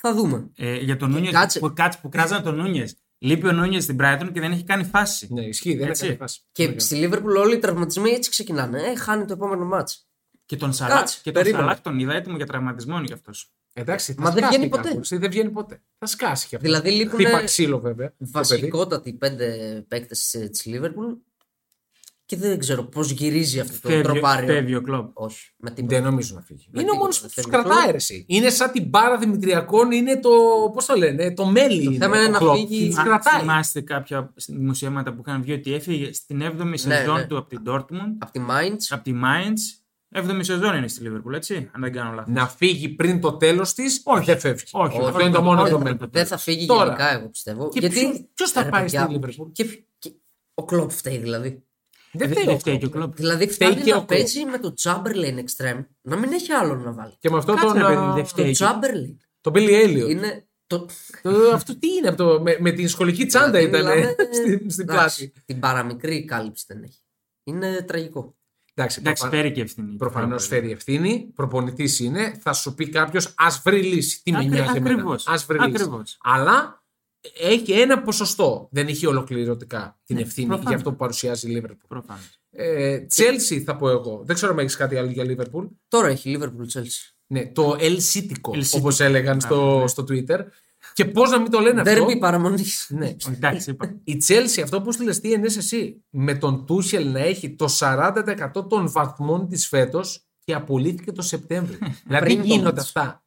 Speaker 3: θα δούμε.
Speaker 1: Ε, για τον Νούνιες.
Speaker 3: κάτσε.
Speaker 1: Που, κάτσε, που κράζανε τον Νούνιες. Λείπει ο Νούνιες στην Brighton και δεν έχει κάνει φάση.
Speaker 2: Ναι, ισχύει, δεν
Speaker 1: Έτσι.
Speaker 2: έκανε φάση.
Speaker 3: Και
Speaker 2: Ναι.
Speaker 3: στη Λίβερπουλ όλοι οι τραυματισμοί έτσι ξεκινάνε. Ε, χάνει το επόμενο μάτς.
Speaker 1: Και τον Σαλάχ
Speaker 3: Κάτσε,
Speaker 1: και τον,
Speaker 3: περίμενε.
Speaker 1: Σαλάχ τον είδα έτοιμο για τραυματισμό είναι κι αυτός.
Speaker 2: Εντάξει, θα
Speaker 3: Μα δεν
Speaker 2: σκάσει
Speaker 3: βγαίνει
Speaker 2: κάπου,
Speaker 3: ποτέ.
Speaker 2: έτσι, Δεν βγαίνει ποτέ. Θα σκάσει κι αυτός.
Speaker 3: Δηλαδή λείπουν
Speaker 2: Χτύπα ξύλο, βέβαια. το παιδί.
Speaker 3: βασικότατοι πέντε παίκτες ε, της Λίβερπουλ και δεν ξέρω πώς γυρίζει αυτό το τροπάριο.
Speaker 1: Φεύγει ο κλοπ.
Speaker 3: Όχι, με
Speaker 2: Δεν
Speaker 3: τίποτα.
Speaker 2: νομίζω να φύγει.
Speaker 3: Με
Speaker 2: είναι ο
Speaker 3: τίποτα,
Speaker 2: μόνος που του
Speaker 3: θέλει
Speaker 2: κρατάει
Speaker 3: αυτό.
Speaker 2: αίρεση. Είναι σαν την μπάρα Δημητριακών, είναι το. Πώς το λένε, το μέλι. Το
Speaker 3: θέμα είναι να φύγει-
Speaker 2: Του
Speaker 1: Α,
Speaker 2: κρατάει.
Speaker 1: Θυμάστε κάποια δημοσιεύματα που είχαν βγει ότι έφυγε στην 7η σεζόν
Speaker 3: ναι.
Speaker 1: του από την Dortmund,
Speaker 3: Από τη Μάιντς,
Speaker 1: από τη Mainz. 7η σεζόν είναι στη Liverpool, έτσι, αν δεν κάνω λάθος.
Speaker 2: να φύγει πριν το τέλος της,
Speaker 1: Όχι.
Speaker 2: δεν φεύγει.
Speaker 1: Όχι,
Speaker 2: αυτό
Speaker 1: όχι,
Speaker 2: είναι το
Speaker 1: όχι,
Speaker 2: μόνο
Speaker 1: όχι,
Speaker 2: δεδομένο.
Speaker 1: όχι.
Speaker 3: δεν θα φύγει
Speaker 2: Τώρα.
Speaker 3: γενικά εγώ πιστεύω.
Speaker 2: Και
Speaker 3: γιατί
Speaker 2: ποιος- ποιος θα
Speaker 3: Ρε,
Speaker 2: πάει
Speaker 3: παιδιά,
Speaker 2: στη Λίβερπουλ?
Speaker 3: Και, και ο Κλόπ φταίει δηλαδή.
Speaker 2: Δεν
Speaker 1: δεν
Speaker 2: φταίει.
Speaker 1: φταίει
Speaker 2: ο
Speaker 1: και ο
Speaker 2: Klopp.
Speaker 1: κλοπ.
Speaker 3: Δηλαδή
Speaker 2: Φταίει
Speaker 3: φτάνει
Speaker 2: και ο
Speaker 3: να
Speaker 2: Klopp.
Speaker 3: παίζει με το Chamberlain Extreme να μην έχει άλλον να βάλει.
Speaker 2: Και με αυτό
Speaker 1: Κάτσε,
Speaker 2: τον.
Speaker 1: ρε,
Speaker 2: α,
Speaker 1: παιδί, δεν
Speaker 3: Το
Speaker 1: φταίει. και-
Speaker 3: Chamberlain
Speaker 2: Τον Billy Elliot.
Speaker 3: είναι το...
Speaker 2: Το- Αυτό τι είναι, από το- με, με την σχολική τσάντα
Speaker 3: Δηλαδή,
Speaker 2: ήταν
Speaker 3: μιλάμε-
Speaker 2: <laughs> στην, στην
Speaker 3: Εντάξει,
Speaker 2: πλάτη.
Speaker 3: Την παραμικρή κάλυψη δεν έχει. Είναι τραγικό.
Speaker 2: Εντάξει,
Speaker 1: Εντάξει, φέρει και ευθύνη.
Speaker 2: Προφανώ
Speaker 1: Βέβαια.
Speaker 2: φέρει ευθύνη, προπονητής είναι, θα σου πει κάποιος ας βρει λύση. Τι με
Speaker 1: Ακρι-
Speaker 2: νοιάζει εμένα.
Speaker 1: ακριβώς,
Speaker 2: Ας βρει λύση.
Speaker 1: ακριβώς.
Speaker 2: Αλλά έχει ένα ποσοστό. Δεν έχει ολοκληρωτικά την ευθύνη
Speaker 1: προφανώς.
Speaker 2: για αυτό που παρουσιάζει η Λίβερπουλ.
Speaker 1: Προφανώς.
Speaker 2: Ε, Chelsea θα πω εγώ. Δεν ξέρω αν έχεις κάτι άλλο για Λίβερπουλ.
Speaker 3: Τώρα έχει Liverpool Chelsea.
Speaker 2: Ναι, το ελσίτικο,
Speaker 1: Ελσίτικο.
Speaker 2: όπως έλεγαν στο, στο Twitter. Και πώς να μην το λένε αυτό.
Speaker 3: Ντέρμπι παραμονή.
Speaker 2: Ναι.
Speaker 1: Εντάξει, είπα.
Speaker 2: Η Chelsea, αυτό που στείλες τι εννοείς εσύ, με τον Τούσελ να έχει το 40% των βαθμών της φέτος και απολύθηκε το Σεπτέμβρη. <laughs> δηλαδή
Speaker 3: Πριν το
Speaker 2: γίνονται
Speaker 3: match.
Speaker 2: αυτά.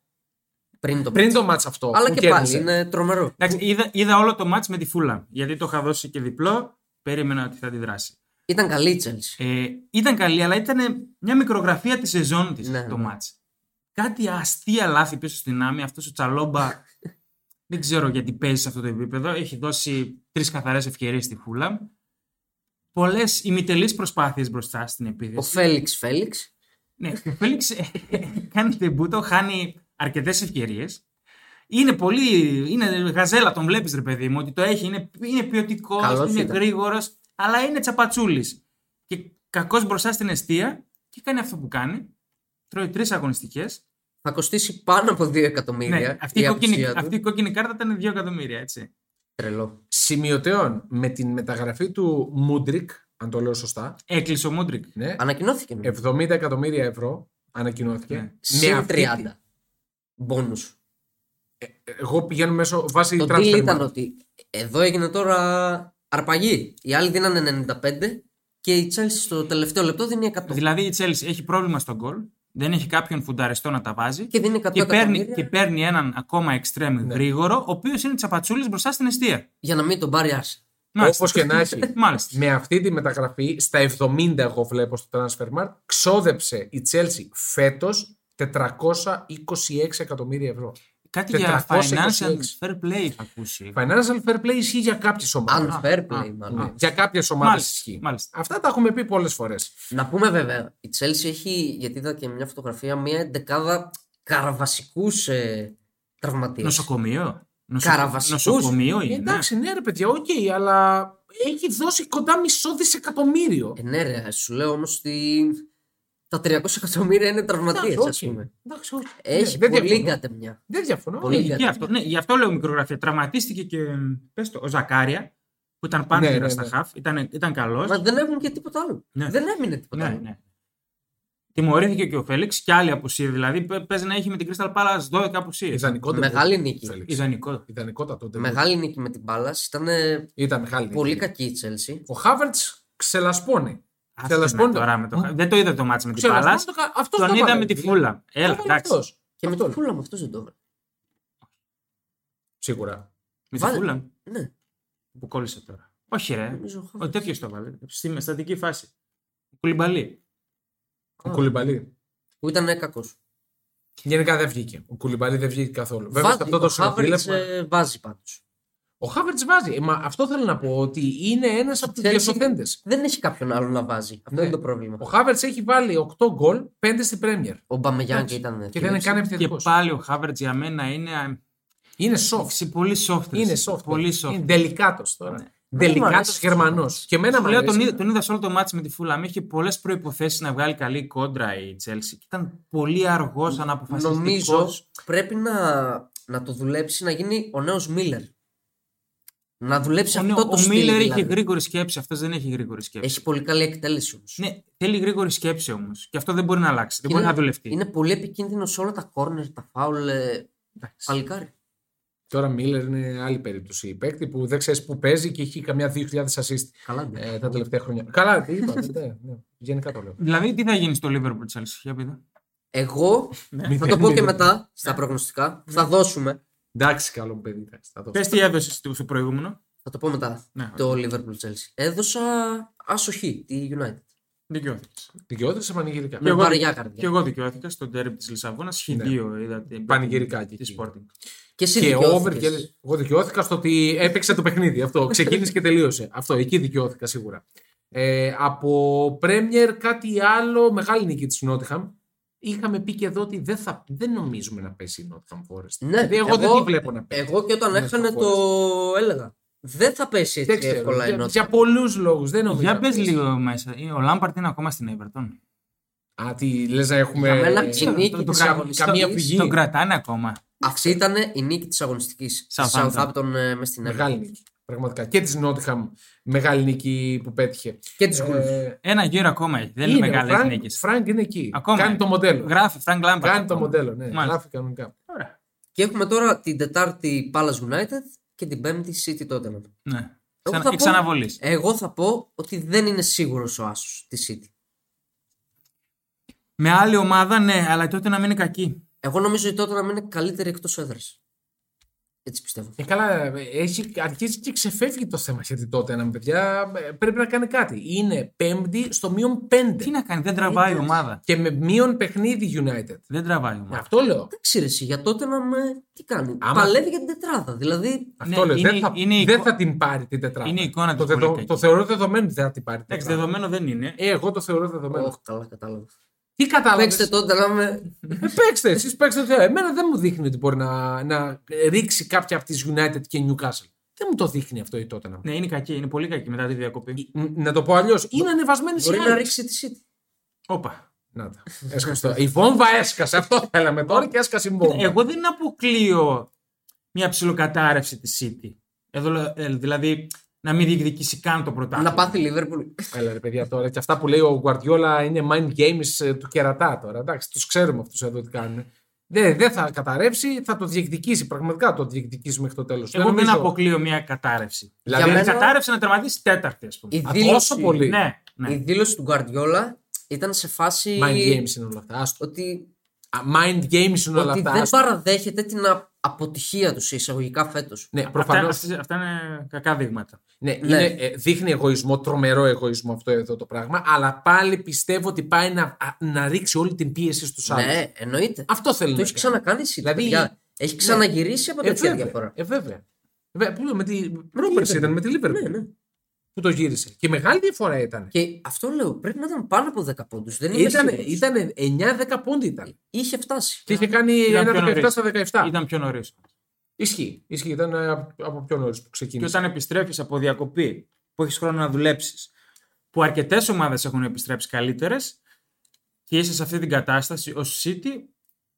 Speaker 3: Πριν το
Speaker 2: Πριν το μάτς αυτό.
Speaker 3: Αλλά
Speaker 2: που
Speaker 3: και
Speaker 2: κέρδισε.
Speaker 3: πάλι είναι τρομερό.
Speaker 1: Εντάξει, είδα, είδα όλο το μάτς με τη φούλα. Γιατί το είχα δώσει και διπλό, περίμενα ότι θα αντιδράσει.
Speaker 3: Ήταν καλή η Chelsea.
Speaker 1: Ε, ήταν καλή, αλλά ήταν μια μικρογραφία της σεζόν της
Speaker 3: Ναι,
Speaker 1: το
Speaker 3: ναι.
Speaker 1: μάτς. Κάτι αστεία λάθη πίσω στην άμυνα. Αυτός ο
Speaker 3: <laughs>
Speaker 1: Τσαλόμπα δεν ξέρω γιατί παίζει σε αυτό το επίπεδο. Έχει δώσει τρεις καθαρές ευκαιρίες στη Φούλα. πολλές ημιτελείς προσπάθειες μπροστά στην
Speaker 3: Ο
Speaker 1: επίθεση.
Speaker 3: Φέληξ Φέληξ.
Speaker 1: Ναι, ο Φέληξ ε, κάνει τεμπούτο, χάνει αρκετές ευκαιρίες. Είναι πολύ. Είναι γαζέλα, τον βλέπεις ρε παιδί μου, ότι το έχει. Είναι, είναι ποιοτικό,
Speaker 3: Καλός
Speaker 1: είναι
Speaker 3: ήταν.
Speaker 1: γρήγορος, αλλά είναι τσαπατσούλης. Και κακός μπροστά στην αιστεία και κάνει αυτό που κάνει. Τρώει τρεις αγωνιστικές.
Speaker 3: Θα κοστίσει πάνω από 2 εκατομμύρια.
Speaker 1: Ναι, αυτή, η
Speaker 3: η
Speaker 1: κόκκινη,
Speaker 3: απουσία του.
Speaker 1: αυτή η κόκκινη κάρτα ήταν 2 εκατομμύρια, έτσι.
Speaker 3: Τρελό.
Speaker 2: Σημειωτέων με την μεταγραφή του Μούντρικ, αν το λέω σωστά.
Speaker 1: Έκλεισε ο Μούντρικ.
Speaker 2: Ναι,
Speaker 3: Ανακοινώθηκε. ναι.
Speaker 2: 70 εκατομμύρια ευρώ ανακοινώθηκε.
Speaker 1: Ναι.
Speaker 2: Με
Speaker 3: Συν
Speaker 2: αυτή-
Speaker 3: 30. Μπόνους.
Speaker 2: Εγώ πηγαίνω μέσω βάση
Speaker 3: Το
Speaker 2: transfer
Speaker 3: deal ήταν
Speaker 2: market.
Speaker 3: ότι εδώ έγινε τώρα αρπαγή. Οι άλλοι δίνανε 95 και η Chelsea στο τελευταίο λεπτό δίνει 100.
Speaker 1: Δηλαδή η Chelsea έχει πρόβλημα στον γκολ. Δεν έχει κάποιον φουνταριστό να τα βάζει.
Speaker 3: Και δίνει 100
Speaker 1: και παίρνει,
Speaker 3: εκατομμύρια
Speaker 1: και παίρνει έναν ακόμα εξτρέμ
Speaker 2: Ναι.
Speaker 1: γρήγορο, ο οποίος είναι τσαπατσούλης μπροστά στην αιστεία.
Speaker 3: για να μην τον πάρει άρση.
Speaker 1: Μάλιστα.
Speaker 2: Όπως και να έχει.
Speaker 1: Μάλιστα.
Speaker 2: με αυτή τη μεταγραφή, στα 70 εγώ βλέπω στο Transfermarkt, ξόδεψε η Chelsea φέτος 426 εκατομμύρια ευρώ.
Speaker 1: Κάτι για
Speaker 2: 426.
Speaker 1: financial fair play είχα ακούσει.
Speaker 2: Financial fair play ισχύει για κάποιες ομάδες.
Speaker 3: Unfair play, μάλλον.
Speaker 2: Ναι, Για κάποιες ομάδες
Speaker 1: Μάλιστα,
Speaker 2: ισχύει.
Speaker 1: μάλιστα.
Speaker 2: Αυτά τα έχουμε πει πολλές φορές.
Speaker 3: Να πούμε βέβαια, η Chelsea έχει, γιατί είδα και μια φωτογραφία, μια δεκάδα καραβασικούς ε, τραυματίες.
Speaker 1: Νοσοκομείο. Νοσο-
Speaker 3: Καραβασικούς.
Speaker 1: Νοσοκομείο είναι.
Speaker 2: Εντάξει, ναι, ρε παιδιά, οκ, αλλά έχει δώσει κοντά μισό δισεκατομμύριο.
Speaker 3: Ε, ναι, ρε, σου λέω όμως ότι τα 300 εκατομμύρια είναι τραυματίες,
Speaker 2: οκ.
Speaker 3: α πούμε. Ε,
Speaker 2: Εντάξει, όχι.
Speaker 3: Έχει
Speaker 2: Ναι, δεν
Speaker 3: πολύ
Speaker 2: διαφωνώ.
Speaker 3: κατεμιά.
Speaker 2: Δεν διαφωνώ.
Speaker 3: Πολύ
Speaker 2: Ναι,
Speaker 1: Ε,
Speaker 3: Γιατί-
Speaker 1: Γι' αυτό, ναι, γι' αυτό λέω μικρογραφία. Τραυματίστηκε και μ, πες το, ο Ζακάρια που ήταν πάνω
Speaker 2: Ναι, ναι,
Speaker 1: στα
Speaker 2: ναι.
Speaker 1: χαφ. Ήταν, ήταν καλός.
Speaker 3: Μα δεν έχουν και τίποτα άλλο.
Speaker 1: Ναι.
Speaker 3: Δεν έμεινε τίποτα
Speaker 1: Ναι,
Speaker 3: άλλο.
Speaker 1: ναι. Τιμωρήθηκε και ο Φέληξ και άλλοι απουσίε. Δηλαδή πε- παίζει να έχει με την Crystal Palace 12 απουσίε.
Speaker 2: Ιδανικό
Speaker 3: Μεγάλη
Speaker 2: debut,
Speaker 3: νίκη.
Speaker 2: Φέληξ.
Speaker 1: Ιδανικό.
Speaker 2: Ιδανικότατο debut.
Speaker 3: Μεγάλη νίκη με την μπάλα. Ήταν
Speaker 2: Ήταν μεγάλη. νίκη.
Speaker 3: πολύ κακή η Chelsea.
Speaker 2: Ο Χάβερτ ξελασπώνει.
Speaker 1: Άσε
Speaker 2: Θέλω
Speaker 1: με
Speaker 2: να
Speaker 1: τώρα με το... χα- Δεν το είδα το μάτσο με την Palace.
Speaker 2: Ξελασπώνει το κα- αυτός
Speaker 1: Τον
Speaker 2: το
Speaker 1: είδα
Speaker 2: έβαλε,
Speaker 1: με τη
Speaker 2: δηλαδή.
Speaker 1: φούλα.
Speaker 2: Το
Speaker 1: Έλα,
Speaker 2: έβαλε
Speaker 1: εντάξει.
Speaker 2: αυτός.
Speaker 3: Και με
Speaker 2: Αυτό
Speaker 3: την
Speaker 2: λέω.
Speaker 3: φούλα μου αυτός δεν το έβαλε.
Speaker 2: Σίγουρα.
Speaker 1: Με τη
Speaker 3: Βάλε.
Speaker 1: φούλα
Speaker 3: Ναι,
Speaker 1: που κόλλησε τώρα. Όχι, ρε.
Speaker 3: νομίζω ο
Speaker 1: Ο
Speaker 3: Χάβερτς.
Speaker 1: τέτοιος το βάλε. Στη στατική φάση. Κουλιμπαλί.
Speaker 2: Ο Κουλιμπαλί.
Speaker 3: Που ήταν κακό.
Speaker 2: Γενικά δεν βγήκε. Ο Κουλιμπαλί δεν βγήκε καθόλου. Βέβαια, σε αυτό το
Speaker 3: Ο Χάβερτ
Speaker 2: συνοδήλευμα-
Speaker 3: βάζει πάντως.
Speaker 2: Ο Χάβερτ βάζει. Ε, Μα αυτό θέλω να πω ότι είναι ένας από τους
Speaker 3: Chelsea-
Speaker 2: διασωθέντες.
Speaker 3: Δεν έχει κάποιον άλλο να βάζει. Αυτό
Speaker 2: Ναι.
Speaker 3: είναι το πρόβλημα.
Speaker 2: Ο Χάβερτ έχει βάλει 8 γκολ, 5 στην Πρέμιερ.
Speaker 3: Ο Μπαμεγιάνγκ
Speaker 2: Εντάξει.
Speaker 3: ήταν.
Speaker 2: Ναι, Και δεν είναι καν
Speaker 1: Και
Speaker 2: επιθετικός.
Speaker 1: πάλι ο Χάβερτ για μένα είναι. α,
Speaker 2: Είναι soft.
Speaker 1: Σε πολύ soft.
Speaker 2: Είναι
Speaker 1: ρε.
Speaker 2: soft. ε.
Speaker 1: Πολύ soft. Ναι.
Speaker 2: Είναι δελικάτο τώρα.
Speaker 3: Μ'
Speaker 2: Δελικάτο
Speaker 3: αρέσει.
Speaker 2: Γερμανό. Και εμένα
Speaker 1: Σου
Speaker 2: μου
Speaker 1: λέω, τον,
Speaker 2: αρέσει.
Speaker 1: είδα, τον είδα σε όλο το μάτι με τη Φούλα. Είχε πολλές προποθέσει να βγάλει καλή κόντρα η Τσέλση. Και ήταν πολύ αργός αναποφασιστικό.
Speaker 3: Νομίζω πρέπει να, να το δουλέψει να γίνει ο νέος Μίλλερ. Να δουλέψει
Speaker 1: Ο,
Speaker 3: αυτό το
Speaker 1: ο
Speaker 3: στυλ.
Speaker 1: Μίλλερ
Speaker 3: δηλαδή.
Speaker 1: είχε γρήγορη σκέψη. Αυτός δεν έχει γρήγορη σκέψη.
Speaker 3: Έχει πολύ καλή εκτέλεση όμως.
Speaker 1: Ναι, θέλει γρήγορη σκέψη όμως. Και αυτό δεν μπορεί να αλλάξει. Δεν μπορεί να δουλευτεί.
Speaker 3: Είναι πολύ επικίνδυνο σε όλα τα κόρνερ, τα φάουλ. ε,
Speaker 1: Εντάξει.
Speaker 3: Παλικάρι.
Speaker 2: Τώρα Μίλλερ είναι άλλη περίπτωση. Παίκτη που δεν ξέρεις που παίζει και έχει καμιά 2.000 assist
Speaker 3: Καλά. ναι.
Speaker 2: ε, τα τελευταία χρόνια. Καλά, τι είπα. ναι, ναι, γενικά το λέω.
Speaker 1: Δηλαδή, τι θα γίνει στο Liverpool Chelsea, για πείτε.
Speaker 2: <laughs>
Speaker 3: Εγώ
Speaker 2: ναι.
Speaker 3: θα το πω και μετά στα προγνωστικά. Θα δώσουμε.
Speaker 2: Εντάξει, καλό παιδί. εντάξει, θα δώσω.
Speaker 1: Πες τι έδωσε στο στο προηγούμενο.
Speaker 3: Θα το πω μετά.
Speaker 1: Ναι,
Speaker 3: Το Liverpool Chelsea. Έδωσα άσοχη τη United.
Speaker 1: δικαιώθηκες.
Speaker 2: Δικαιώτησε πανηγυρικά.
Speaker 3: Με
Speaker 1: εγώ-
Speaker 3: βαριά
Speaker 1: Και
Speaker 3: καρδιά.
Speaker 1: εγώ δικαιώθηκα στο τέρμι της Λισαβόνας. Χ2 είδα την
Speaker 2: Ναι. Πανηγυρικά και
Speaker 1: τη
Speaker 2: εκεί.
Speaker 1: Sporting.
Speaker 3: Και εσύ
Speaker 2: Και over.
Speaker 3: δικαιώθηκες.
Speaker 2: Και... Εγώ δικαιώθηκα στο ότι έπαιξε το παιχνίδι. Αυτό ξεκίνησε και τελείωσε. Αυτό εκεί δικαιώθηκα σίγουρα. Ε, από Πρέμιερ κάτι άλλο, μεγάλη νίκη της Νότιχαμ. Είχαμε πει και εδώ ότι δεν, θα, δεν νομίζουμε να πέσει η Νότιχαμ Φόρεστ.
Speaker 3: Ναι,
Speaker 2: Δηλαδή, εγώ, δεν
Speaker 3: εγώ-
Speaker 2: τη βλέπω να πέσει.
Speaker 3: Εγώ και όταν
Speaker 2: Μέσα
Speaker 3: έχανε
Speaker 2: στο
Speaker 3: το έλεγα. Δεν θα πέσει
Speaker 2: Δεν
Speaker 3: έτσι
Speaker 2: ξέρω,
Speaker 3: εύκολα η
Speaker 2: για,
Speaker 3: Νότια.
Speaker 2: για πολλούς λόγους δεν νομίζω.
Speaker 1: Για
Speaker 2: να
Speaker 1: πες
Speaker 2: πέσει.
Speaker 1: λίγο μέσα. Ε, Ο Λάμπαρτ είναι ακόμα στην Everton.
Speaker 2: Α, τι λε να έχουμε.
Speaker 3: Για μένα
Speaker 2: ε,
Speaker 3: η νίκη
Speaker 2: το- το-
Speaker 3: της
Speaker 2: κα-
Speaker 3: αγωνιστικής-
Speaker 2: Καμία φυγή.
Speaker 1: Τον κρατάνε ακόμα.
Speaker 3: Αυτή ήταν η νίκη της αγωνιστικής.
Speaker 1: Southampton.
Speaker 3: Southampton με
Speaker 1: Ναι,
Speaker 3: στην Εύα.
Speaker 2: Μεγάλη νίκη. Πραγματικά. Και της Νότιχαμ μεγάλη νίκη που πέτυχε.
Speaker 3: Και της Γουλφ.
Speaker 2: Ε,
Speaker 1: Ένα γύρο ακόμα έχει. Δεν είναι, μεγάλε
Speaker 2: Φρανκ,
Speaker 1: νίκε.
Speaker 2: Φρανκ είναι εκεί.
Speaker 1: Ακόμα.
Speaker 2: Κάνει το μοντέλο.
Speaker 1: Γράφει, Φρανκ Λάμπαρτ.
Speaker 2: Κάνει το
Speaker 1: ακόμα.
Speaker 2: μοντέλο, ναι.
Speaker 1: Μάλιστα.
Speaker 2: Γράφει κανονικά.
Speaker 1: Ωραία.
Speaker 3: Και έχουμε τώρα την Τετάρτη Palace United και την Πέμπτη City Tottenham.
Speaker 1: Ναι.
Speaker 3: Εγώ
Speaker 1: Ξανα...
Speaker 3: θα πω-
Speaker 1: Εξαναβολής.
Speaker 3: Εγώ θα πω ότι δεν είναι σίγουρος ο Άσος της City.
Speaker 1: Με άλλη ομάδα, ναι, αλλά τότε να μην είναι κακή.
Speaker 3: Εγώ νομίζω ότι η Tottenham είναι καλύτερη εκτός έδρας. Έτσι πιστεύω.
Speaker 2: Ε, καλά, έχει, αρχίζει και ξεφεύγει το θέμα γιατί τότε ένα παιδιά ε, πρέπει να κάνει κάτι. Είναι πέμπτη στο μείον πέντε.
Speaker 1: Τι να κάνει, δεν τραβάει η ομάδα.
Speaker 2: Και με μείον παιχνίδι United.
Speaker 1: Δεν τραβάει η ομάδα.
Speaker 2: Αυτό λέω.
Speaker 3: Εντάξει, ρε, εσύ, για τότε να με. Τι κάνει.
Speaker 2: Άμα-
Speaker 3: Παλεύει για την τετράδα. Δηλαδή.
Speaker 2: Αυτό
Speaker 1: Ναι,
Speaker 2: λέω.
Speaker 1: είναι-
Speaker 2: δεν, θα,
Speaker 1: είναι η
Speaker 2: δεν
Speaker 1: εικο-
Speaker 2: θα την πάρει την τετράδα.
Speaker 1: Είναι η εικόνα
Speaker 2: το,
Speaker 1: του πολύ
Speaker 2: δεδο-
Speaker 1: κακή.
Speaker 2: το θεωρώ δεδομένο ότι δεν θα την πάρει την
Speaker 1: Εντάξει,
Speaker 2: τετράδα.
Speaker 1: δεδομένο δεν είναι.
Speaker 2: Ε, εγώ το θεωρώ δεδομένο.
Speaker 3: Όχι, καλά, κατάλαβα.
Speaker 2: Τι κατάλαβες.
Speaker 3: Παίξτε τότε να με.
Speaker 2: Ε, παίξτε, εσείς παίξτε. το. Εμένα δεν μου δείχνει ότι μπορεί να, να ρίξει κάποια από τις United και Newcastle. Δεν μου το δείχνει αυτό η Tottenham.
Speaker 1: Ναι, είναι κακή, είναι πολύ κακή μετά τη διακοπή.
Speaker 2: Ν- Να το πω αλλιώς. Είναι ανεβασμένη σε
Speaker 3: Μπορεί να
Speaker 2: άλλη.
Speaker 3: ρίξει τη City.
Speaker 1: Όπα.
Speaker 2: Να τα. Έσκασε το. Η βόμβα έσκασε. Αυτό θέλαμε τώρα και έσκασε η βόμβα.
Speaker 1: Εγώ δεν αποκλείω μια ψιλοκατάρρευση της City. Εδώ, ε, δηλαδή να μην διεκδικήσει καν το πρωτάθλημα.
Speaker 3: Να πάθει η Λίβερπουλ.
Speaker 2: Έλα ρε παιδιά τώρα. Και αυτά που λέει ο Guardiola είναι mind games ε, του κερατά τώρα. Εντάξει, τους ξέρουμε αυτούς εδώ τι κάνουν. Δεν, δεν θα καταρρεύσει, θα το διεκδικήσει. Πραγματικά το διεκδικήσει μέχρι το τέλος.
Speaker 1: Εγώ δεν αποκλείω μια κατάρρευση.
Speaker 2: Δηλαδή,
Speaker 1: Δηλαδή,
Speaker 3: μένα-
Speaker 1: η κατάρρευση να τερματίσει τέταρτη, ας πούμε.
Speaker 3: Η
Speaker 2: Α,
Speaker 3: δήλωση-
Speaker 2: τόσο πολύ.
Speaker 1: Ναι,
Speaker 3: Η
Speaker 1: ναι.
Speaker 3: δήλωση του Γκουαρδιόλα ήταν σε φάση.
Speaker 2: Mind games είναι όλα αυτά. Άστο.
Speaker 3: Ότι,
Speaker 2: Α, Mind games είναι όλα
Speaker 3: ότι
Speaker 2: αυτά.
Speaker 3: δεν
Speaker 2: άστο.
Speaker 3: παραδέχεται την α- αποτυχία τους σε εισαγωγικά φέτος.
Speaker 2: Ναι,
Speaker 1: Αυτά,
Speaker 2: προφανώς.
Speaker 1: αυτά- αυτά είναι κακά δείγματα.
Speaker 2: Ναι,
Speaker 3: Ναι.
Speaker 2: είναι, ε, δείχνει εγωισμό, τρομερό εγωισμό αυτό εδώ το πράγμα, αλλά πάλι πιστεύω ότι πάει να, α, να ρίξει όλη την πίεση στους άλλου.
Speaker 3: Ναι, εννοείται.
Speaker 2: Αυτό θέλει
Speaker 3: Το
Speaker 2: να
Speaker 3: έχεις
Speaker 2: κάνει.
Speaker 3: ξανακάνεις εσύ.
Speaker 2: Ναι. Δηλαδή-
Speaker 3: παιδιά. Έχεις ξαναγυρίσει από
Speaker 2: Ε,
Speaker 3: τέτοια
Speaker 2: βέβαια.
Speaker 3: διαφορά.
Speaker 2: Ε, βέβαια. Βέβαια, πού- με τη Πρόπερση
Speaker 3: Liverpool.
Speaker 2: ήταν, με τη
Speaker 3: Ναι,
Speaker 2: Λίβερπουλ. Που το γύρισε. Και μεγάλη διαφορά ήταν.
Speaker 3: Και αυτό λέω, πρέπει να ήταν πάνω από 10 πόντους. Δεν είμαι
Speaker 2: Ήταν,
Speaker 3: σίγουρος.
Speaker 2: ήταν 9-10 πόντι ήταν.
Speaker 3: Είχε φτάσει.
Speaker 2: Και είχε κάνει
Speaker 1: Ήταν πιο
Speaker 2: ένα 17
Speaker 1: νωρίς.
Speaker 2: στα 17.
Speaker 1: Ήταν πιο νωρίς.
Speaker 2: Ισχύει. Ισχύει. Ήταν ε, από- από πιο νωρίς που
Speaker 1: Και
Speaker 2: ξεκίνησε.
Speaker 1: όταν επιστρέφεις από διακοπή, που έχεις χρόνο να δουλέψεις, που αρκετές ομάδες έχουν επιστρέψει καλύτερες και είσαι σε αυτή την κατάσταση ως City,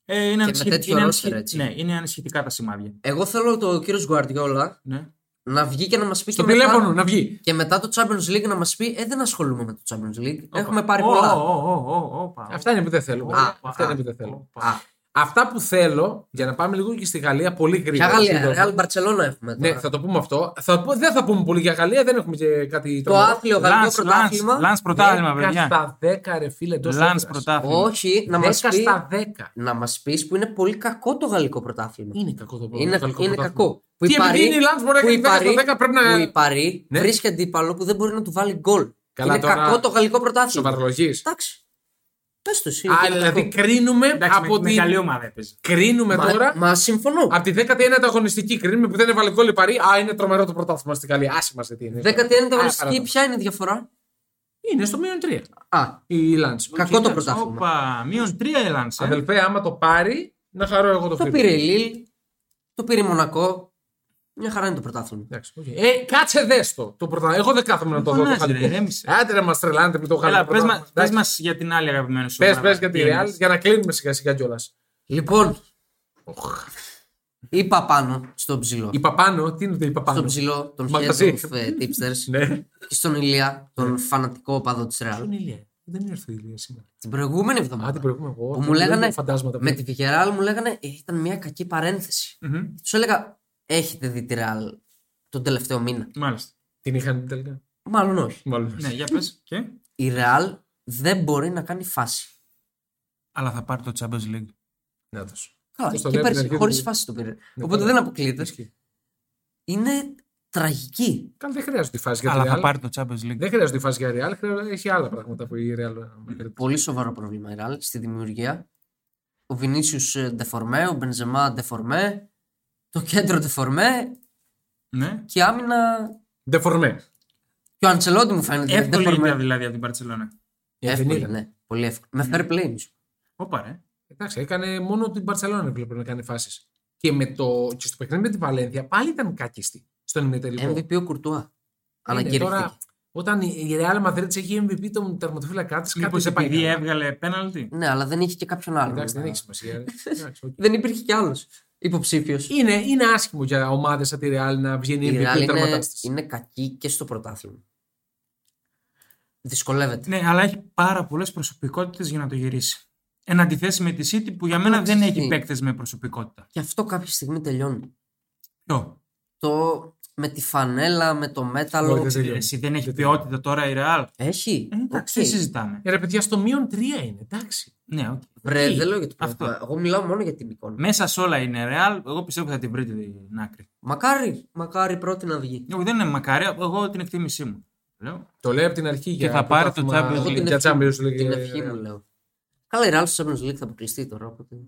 Speaker 1: ε, είναι, ανησυχη-
Speaker 3: τέτοιο
Speaker 1: είναι,
Speaker 3: roster,
Speaker 1: ανησυχη-
Speaker 3: έτσι.
Speaker 1: ναι, είναι ανησυχητικά τα σημάδια.
Speaker 3: Εγώ θέλω το κύριο Γκουαρδιόλα
Speaker 1: Ναι.
Speaker 3: να βγει και να μας
Speaker 2: Στο
Speaker 3: πει και μετά-
Speaker 2: τηλέφωνο ναι. να βγει.
Speaker 3: Και μετά το Champions League να μας πει: Ε, δεν ασχολούμαι με το Champions League.
Speaker 1: Όπα.
Speaker 3: Έχουμε πάρει
Speaker 1: Ω,
Speaker 3: πολλά.
Speaker 1: ω, ω, ω, ω, όπα.
Speaker 2: Αυτά είναι που δεν θέλω.
Speaker 3: Α,
Speaker 2: Αυτά
Speaker 3: α,
Speaker 2: είναι που δεν θέλω.
Speaker 1: Όπα.
Speaker 3: Α,
Speaker 2: Αυτά που θέλω, για να πάμε λίγο και στη Γαλλία πολύ
Speaker 3: ποια
Speaker 2: γρήγορα.
Speaker 3: Γαλλία,
Speaker 2: σύντομα.
Speaker 3: Real Barcelona έχουμε.
Speaker 2: Ναι,
Speaker 3: τώρα.
Speaker 2: θα το πούμε αυτό. Θα πω, δεν θα πούμε πολύ για Γαλλία, δεν έχουμε και κάτι
Speaker 3: Το άθλιο
Speaker 1: Λανς,
Speaker 3: γαλλικό
Speaker 1: Λανς,
Speaker 3: πρωτάθλημα.
Speaker 1: Λανς πρωτάθλημα,
Speaker 2: 10
Speaker 1: παιδιά.
Speaker 2: στα 10 ρε φίλε εντός
Speaker 1: Λανς
Speaker 2: έδρας.
Speaker 1: πρωτάθλημα.
Speaker 3: Όχι, να
Speaker 2: 10
Speaker 3: μας πει.
Speaker 2: στα 10.
Speaker 3: Να μας πεις που είναι πολύ κακό το γαλλικό πρωτάθλημα.
Speaker 2: Είναι κακό το
Speaker 3: Είναι,
Speaker 2: γαλλικό
Speaker 3: είναι
Speaker 2: πρωτάθλημα.
Speaker 3: κακό. Που
Speaker 2: Τι επειδή είναι η Λανς μπορεί να
Speaker 3: που
Speaker 2: κάνει
Speaker 3: η
Speaker 2: 10
Speaker 3: Παρί-
Speaker 2: στα 10 πρέπει
Speaker 3: που η
Speaker 2: να...
Speaker 3: Παρή
Speaker 2: Ναι.
Speaker 3: βρίσκει αντίπαλο που δεν μπορεί να του βάλει γκολ.
Speaker 2: Καλά,
Speaker 3: είναι
Speaker 2: τώρα-
Speaker 3: κακό το γαλλικό πρωτάθλημα.
Speaker 2: Σοβαρολογείς.
Speaker 3: Εντάξει. Πες το εσύ.
Speaker 2: Α, δηλαδή κρίνουμε
Speaker 1: Εντάξει, με,
Speaker 2: από
Speaker 1: με
Speaker 2: την...
Speaker 1: καλή ομάδα έπαιζε.
Speaker 2: Κρίνουμε τώρα...
Speaker 3: Μα, μα συμφωνώ.
Speaker 2: Από τη 19η αγωνιστική κρίνουμε που δεν έβαλε γκολ η Παρή. Α, είναι τρομερό το πρωτάθλημα στη Γαλλία. Άσε μας τι είναι.
Speaker 3: 19η
Speaker 2: Α,
Speaker 3: αγωνιστική,
Speaker 2: παράδειγμα.
Speaker 3: ποια είναι η διαφορά.
Speaker 2: Είναι στο μείον 3
Speaker 3: Α,
Speaker 2: η Λάντς.
Speaker 3: κακό το
Speaker 2: Εντάξει.
Speaker 3: πρωτάθλημα.
Speaker 1: Όπα, μείον τρία η Λανς, ε.
Speaker 2: Αδελφέ, άμα το πάρει, να χαρώ εγώ το
Speaker 3: Το
Speaker 2: φίλο.
Speaker 3: πήρε η Λίλ, το πήρε η Μονακό. Μια χαρά είναι το πρωτάθλημα.
Speaker 2: Εντάξει, οκ. Ε, κάτσε δες το. το πρωτα... Εγώ δεν κάθομαι να το δω.
Speaker 1: Φωνάζει,
Speaker 2: το χαλικό.
Speaker 1: ρε, ηρέμησε.
Speaker 2: Άντε να μας τρελάνετε με το
Speaker 1: Έλα,
Speaker 2: γαλλικό.
Speaker 1: πες, μα,
Speaker 2: πρωτάθλημα.
Speaker 1: πες μας για την άλλη αγαπημένη σου.
Speaker 2: Πες,
Speaker 1: ομάδα.
Speaker 2: πες για τη
Speaker 1: Τι είναι.
Speaker 2: Real για να κλείνουμε σιγά σιγά κιόλας.
Speaker 3: Λοιπόν, είπα πάνω στον ψηλό.
Speaker 2: Είπα πάνω, τι είναι το είπα
Speaker 3: Στον
Speaker 2: πάνω.
Speaker 3: ψηλό, τον head
Speaker 2: Μαγαζί.
Speaker 3: of ε, tipsters.
Speaker 2: Ναι.
Speaker 3: και στον Ηλία, τον φανατικό οπαδό της Ρεάλ.
Speaker 2: Ηλία. Δεν ήρθε η Ηλία σήμερα.
Speaker 3: Την προηγούμενη
Speaker 2: Α, την
Speaker 3: εβδομάδα.
Speaker 2: προηγούμενη εγώ.
Speaker 3: Που μου
Speaker 2: δεν βλέπω
Speaker 3: λέγανε-
Speaker 2: Φαντάσματα.
Speaker 3: Με τη Βιγεράλ μου λέγανε «Ε, ήταν μια κακή παρένθεση.
Speaker 1: Μμμ,
Speaker 3: Τους έλεγα, έχετε δει τη Ρεάλ τον τελευταίο μήνα.
Speaker 1: Μάλιστα.
Speaker 2: Την είχαν τελικά.
Speaker 3: Μάλλον όχι.
Speaker 2: Μάλλον.
Speaker 1: Ναι, για πες. Και...
Speaker 3: Η Ρεάλ δεν μπορεί να κάνει φάση.
Speaker 1: Αλλά θα πάρει το Champions League.
Speaker 2: Ναι, Να το σου.
Speaker 3: Καλά,
Speaker 2: Πώς το
Speaker 3: και
Speaker 2: λέει, την
Speaker 3: πέρσι
Speaker 2: αρχή
Speaker 3: χωρί
Speaker 2: του-
Speaker 3: φάση το πήρε.
Speaker 2: Ναι,
Speaker 3: Οπότε
Speaker 2: καλά.
Speaker 3: δεν αποκλείεται.
Speaker 2: Ισχύει.
Speaker 3: Είναι τραγική.
Speaker 2: Καλά, δεν χρειάζεται η φάση για τη
Speaker 1: Αλλά θα
Speaker 2: Real.
Speaker 1: πάρει το Champions League.
Speaker 2: Δεν χρειάζεται η φάση για Real. χρειάζεται- Έχει άλλα πράγματα που η Real.
Speaker 3: Πολύ σοβαρό πρόβλημα η Ραλ στη δημιουργία. Ο Βινίσιου ντεφορμέ, ο Μπενζεμά ντεφορμέ, το κέντρο ντεφορμέ
Speaker 1: Ναι.
Speaker 3: και άμυνα.
Speaker 2: Ντεφορμέ.
Speaker 3: Και ο Αντσελότη μου φαίνεται
Speaker 1: Εύκολη
Speaker 3: ντεφορμέ.
Speaker 1: νίκη, δηλαδή από την Παρσελόνα.
Speaker 3: Εύκολη, ναι. Πολύ εύκολη. Με fair play
Speaker 2: Λοιπόν,
Speaker 3: όμως.
Speaker 1: Όπα ρε.
Speaker 2: Εντάξει, έκανε μόνο την Παρσελόνα που έπρεπε να κάνει φάσεις. Και, με το... και στο παιχνίδι με τη Βαλένθια πάλι ήταν κακίστη στον ημιτελικό.
Speaker 3: MVP ο Κουρτουά.
Speaker 2: Είναι
Speaker 3: Ανακηρύχθηκε.
Speaker 2: τώρα, όταν η η Real Madrid έχει MVP τον τερματοφύλακά της, κάτι
Speaker 1: Μήπως
Speaker 2: δεν πάει.
Speaker 1: Λοιπόν, επειδή ναι.
Speaker 2: καλά.
Speaker 1: έβγαλε πέναλτι.
Speaker 3: Ναι, αλλά δεν είχε και κάποιον άλλον.
Speaker 2: Εντάξει, δεν έχει σημασία. ρε. Εντάξει, οκ.
Speaker 3: Δεν υπήρχε κι άλλος υποψήφιος.
Speaker 2: είναι, είναι άσχημο για ομάδες σαν τη Real να βγαίνει
Speaker 3: Η Ρεάλ
Speaker 2: MVP
Speaker 3: είναι,
Speaker 2: τερματά τη.
Speaker 3: είναι κακή και στο πρωτάθλημα. Δυσκολεύεται.
Speaker 1: Ναι, αλλά έχει πάρα πολλές προσωπικότητες για να το γυρίσει. Εν αντιθέσει με τη City που για μένα
Speaker 3: Εντάξει.
Speaker 1: δεν έχει παίκτες με προσωπικότητα.
Speaker 3: Και αυτό κάποια στιγμή τελειώνει.
Speaker 1: Ποιο.
Speaker 3: Το με τη φανέλα, με το μέταλλο.
Speaker 2: Μπορείτε.
Speaker 1: Ρε, Εσύ δεν έχει ποιότητα τώρα η Real.
Speaker 3: Έχει.
Speaker 1: Ε, Εντάξει,
Speaker 3: Οκ.
Speaker 1: τι συζητάμε.
Speaker 2: Ε, Ρε παιδιά, στο μείον 3 είναι, εντάξει.
Speaker 1: Ναι, οκ.
Speaker 3: Βρε,
Speaker 1: Τι?
Speaker 3: δεν λέω για το
Speaker 1: Αυτό.
Speaker 3: πράγμα. Εγώ μιλάω μόνο για την εικόνα.
Speaker 2: Ναι.
Speaker 1: Μέσα σε όλα είναι Real. Εγώ πιστεύω θα την βρείτε την άκρη.
Speaker 3: Μακάρι, μακάρι πρώτη να
Speaker 2: Ναι,
Speaker 3: βγει.
Speaker 1: Εγώ δεν είναι μακάρι, εγώ την εκτίμησή μου. Λέω.
Speaker 2: Το λέει από την αρχή για
Speaker 1: θα πάρει το
Speaker 2: πρωτάθλημα-
Speaker 1: Champions
Speaker 3: Εγώ
Speaker 1: League.
Speaker 3: την
Speaker 2: Για
Speaker 3: ευχή,
Speaker 2: Champions League.
Speaker 3: την
Speaker 2: ε,
Speaker 3: ευχή
Speaker 2: ε,
Speaker 3: μου λέω. Καλά, η Real στο Champions League θα αποκλειστεί τώρα. Οπότε...
Speaker 2: Ε,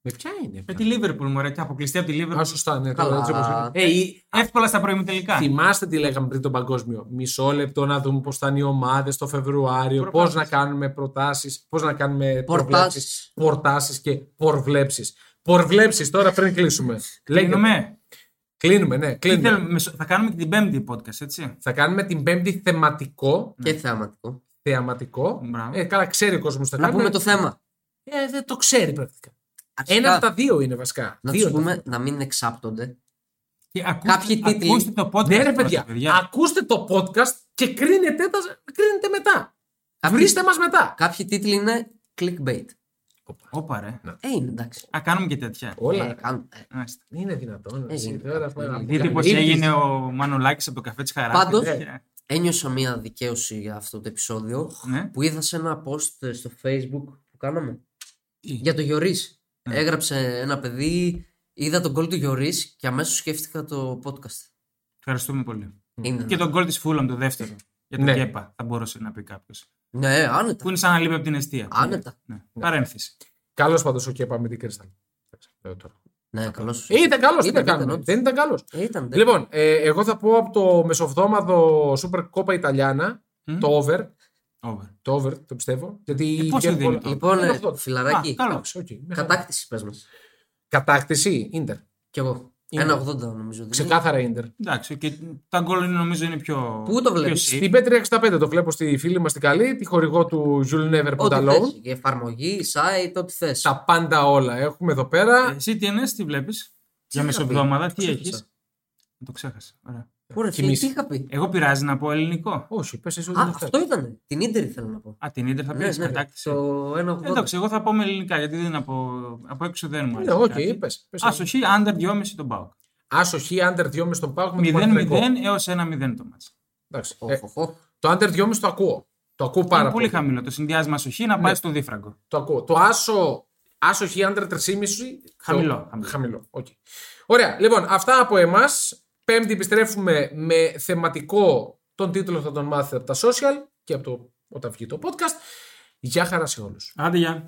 Speaker 2: Με ποια είναι.
Speaker 1: Με Ε, τη Λίβερπουλ, μωρέ, και αποκλειστεί από τη
Speaker 2: Α,
Speaker 1: Λίβερπουλ.
Speaker 2: σωστά, ναι.
Speaker 3: Καλά.
Speaker 2: Τώρα, έτσι όπως είναι. Ε, η-
Speaker 1: Εύκολα στα προημιτελικά.
Speaker 2: <laughs> Θυμάστε τι λέγαμε πριν τον Παγκόσμιο. Μισό λεπτό να δούμε πώς θα είναι οι ομάδες το Φεβρουάριο, πώς να κάνουμε προτάσεις, πώς να κάνουμε προβλέψεις.
Speaker 3: Πορτάσεις.
Speaker 2: Πορτάσεις και πορβλέψεις. Πορβλέψεις τώρα πριν κλείσουμε. Λέγε.
Speaker 1: Κλείνουμε.
Speaker 2: Κλείνουμε, ναι,
Speaker 1: Τι
Speaker 2: κλείνουμε.
Speaker 1: θέλουμε, μεσο- Θα κάνουμε και την πέμπτη podcast, έτσι.
Speaker 2: Θα κάνουμε την Πέμπτη θεματικό.
Speaker 3: Και θεαματικό.
Speaker 2: Θεαματικό.
Speaker 1: Μπράβο.
Speaker 2: Ε, καλά, ξέρει ο κόσμος τα
Speaker 3: Να πούμε το θέμα.
Speaker 2: Ε, δεν το ξέρει πρακτικά.
Speaker 3: Αρχικά,
Speaker 2: Ένα από τα δύο είναι βασικά.
Speaker 3: να
Speaker 2: δύο
Speaker 3: τους
Speaker 2: είναι τα
Speaker 3: πούμε να μην εξάπτονται.
Speaker 1: Και ακούστε,
Speaker 3: Κάποιοι τίτλοι.
Speaker 1: ακούστε το podcast.
Speaker 2: Ναι, ρε
Speaker 1: πρώτα,
Speaker 2: παιδιά, ακούστε το podcast και κρίνετε, τα- κρίνετε μετά.
Speaker 3: Κάποιοι-
Speaker 2: Βρίστε μας μετά.
Speaker 3: Κάποιοι τίτλοι είναι clickbait.
Speaker 1: Όπα ρε.
Speaker 3: Ε, είναι εντάξει.
Speaker 1: Α, κάνουμε και τέτοια.
Speaker 2: Όλα.
Speaker 3: Ε, κάν- ε,
Speaker 1: Μάλιστα.
Speaker 2: Είναι δυνατόν.
Speaker 3: Ε,
Speaker 2: εσύ,
Speaker 3: είναι.
Speaker 2: τώρα, πάμε να
Speaker 1: Δείτε
Speaker 2: πούμε.
Speaker 1: πώ
Speaker 2: Ήρθες.
Speaker 1: έγινε ο Μανολάκης από το καφέ της χαράς.
Speaker 3: Πάντως- Ένιωσα μία δικαίωση για αυτό το επεισόδιο
Speaker 1: Ναι.
Speaker 3: που είδα σε ένα post ε, στο facebook που κάναμε
Speaker 1: Τι?
Speaker 3: για το Γιωρίς.
Speaker 1: Ναι.
Speaker 3: Έγραψε ένα παιδί, είδα τον κόλ του Γιωρίς και αμέσως σκέφτηκα το podcast.
Speaker 1: Ευχαριστούμε πολύ.
Speaker 3: Είναι.
Speaker 1: Και τον γκολ τη Φούλαμ το δεύτερο. Για τον
Speaker 2: Ναι.
Speaker 1: Γκέπα, θα μπορούσε να πει κάποιος.
Speaker 3: Ναι, άνετα.
Speaker 1: Που είναι σαν να λείπει από την αιστεία.
Speaker 3: Άνετα.
Speaker 1: Ναι. Παρένθεση.
Speaker 2: Καλός πάντως ο Κέπα με την Κρυστάλ.
Speaker 3: Ναι, καλώς.
Speaker 2: Ε, ήταν καλός, τι να
Speaker 3: Ήταν, ήταν,
Speaker 2: κάνουμε.
Speaker 3: όντως.
Speaker 2: Δεν ήταν καλός.
Speaker 3: Ε, ήταν, δεν-
Speaker 2: Λοιπόν, ε, εγώ θα πω από το μεσοβδόμαδο Super Copa Italiana,
Speaker 1: Μμ.
Speaker 2: το over.
Speaker 1: Over.
Speaker 2: Το over, το πιστεύω. Γιατί
Speaker 1: Ε, πόσο
Speaker 2: βγαίνει
Speaker 1: δίνει
Speaker 2: πολλά-
Speaker 1: το over?
Speaker 3: Λοιπόν,
Speaker 2: Είναι
Speaker 3: ε,
Speaker 2: αυτό.
Speaker 1: Α,
Speaker 3: φιλαράκι,
Speaker 1: καλό.
Speaker 2: Εντάξει, οκ, μια χαρά.
Speaker 3: κατάκτηση πες μας.
Speaker 2: Κατάκτηση, Ιντερ.
Speaker 3: Κι εγώ.
Speaker 2: Είναι.
Speaker 3: 1,80 νομίζω. ότι είναι.
Speaker 2: Ξεκάθαρα Ιντερ.
Speaker 1: Εντάξει, και τα γκολ είναι, νομίζω είναι πιο.
Speaker 3: Πού το βλέπεις?
Speaker 1: πιο safe.
Speaker 2: Στην P365 το βλέπω στη φίλη μας την καλή, τη χορηγό του Jules Never
Speaker 3: Ό,τι
Speaker 2: Pantalone.
Speaker 3: θες. Η εφαρμογή, site, ό,τι θες.
Speaker 2: Τα πάντα όλα έχουμε εδώ πέρα.
Speaker 1: Εσύ τι εννοεί, τι βλέπει. Για
Speaker 3: είχα
Speaker 1: μεσοβδόμαδα, τι
Speaker 2: Ξέχασα.
Speaker 1: έχει. Το ξέχασα. Ωραία.
Speaker 3: Πού ρε, φίλε,
Speaker 2: κοιμήσει.
Speaker 3: τι είχα πει.
Speaker 1: Εγώ πειράζει να πω ελληνικό.
Speaker 2: Όχι, πες εσύ
Speaker 3: Α,
Speaker 2: δεν
Speaker 3: αυτό ήταν. Την ίντερ ήθελα να πω.
Speaker 1: Α, την ντερ θα πεις
Speaker 3: Ναι, ναι,
Speaker 1: κατάκτηση.
Speaker 3: το 1,80.
Speaker 1: Εντάξει, εγώ θα πω με ελληνικά γιατί δεν από, από έξω δεν μου
Speaker 2: Ναι,
Speaker 1: αρέσει.
Speaker 2: οκ,
Speaker 1: κάτι.
Speaker 2: πες, πες.
Speaker 1: Άσοχη, άντερ 2,5 τον Πάοκ.
Speaker 2: Άσοχη, under 2,5 στον πάγο με τον
Speaker 1: 0-0
Speaker 2: Παναθηναϊκό.
Speaker 1: έω 1-0 το μάτς.
Speaker 2: Εντάξει,
Speaker 3: Οχ,
Speaker 2: ε,
Speaker 3: οχ, οχ.
Speaker 2: Το under 2,5 το ακούω. Το ακούω πάρα
Speaker 1: Είναι πολύ
Speaker 2: πολύ.
Speaker 1: χαμηλό. Το συνδυάσμα ασοχή να πάει
Speaker 2: Ναι.
Speaker 1: στο δίφραγκο.
Speaker 2: Το ακούω. Το άσο, άσοχη, under 3,5.
Speaker 1: Χαμηλό,
Speaker 2: το-
Speaker 1: χαμηλό.
Speaker 2: χαμηλό. οκ. Ωραία, λοιπόν, αυτά από εμάς. Πέμπτη επιστρέφουμε με θεματικό. Τον τίτλο θα τον μάθετε από τα social και από το όταν βγει το podcast. Γεια χαρά σε όλους.
Speaker 1: Άντε, γεια.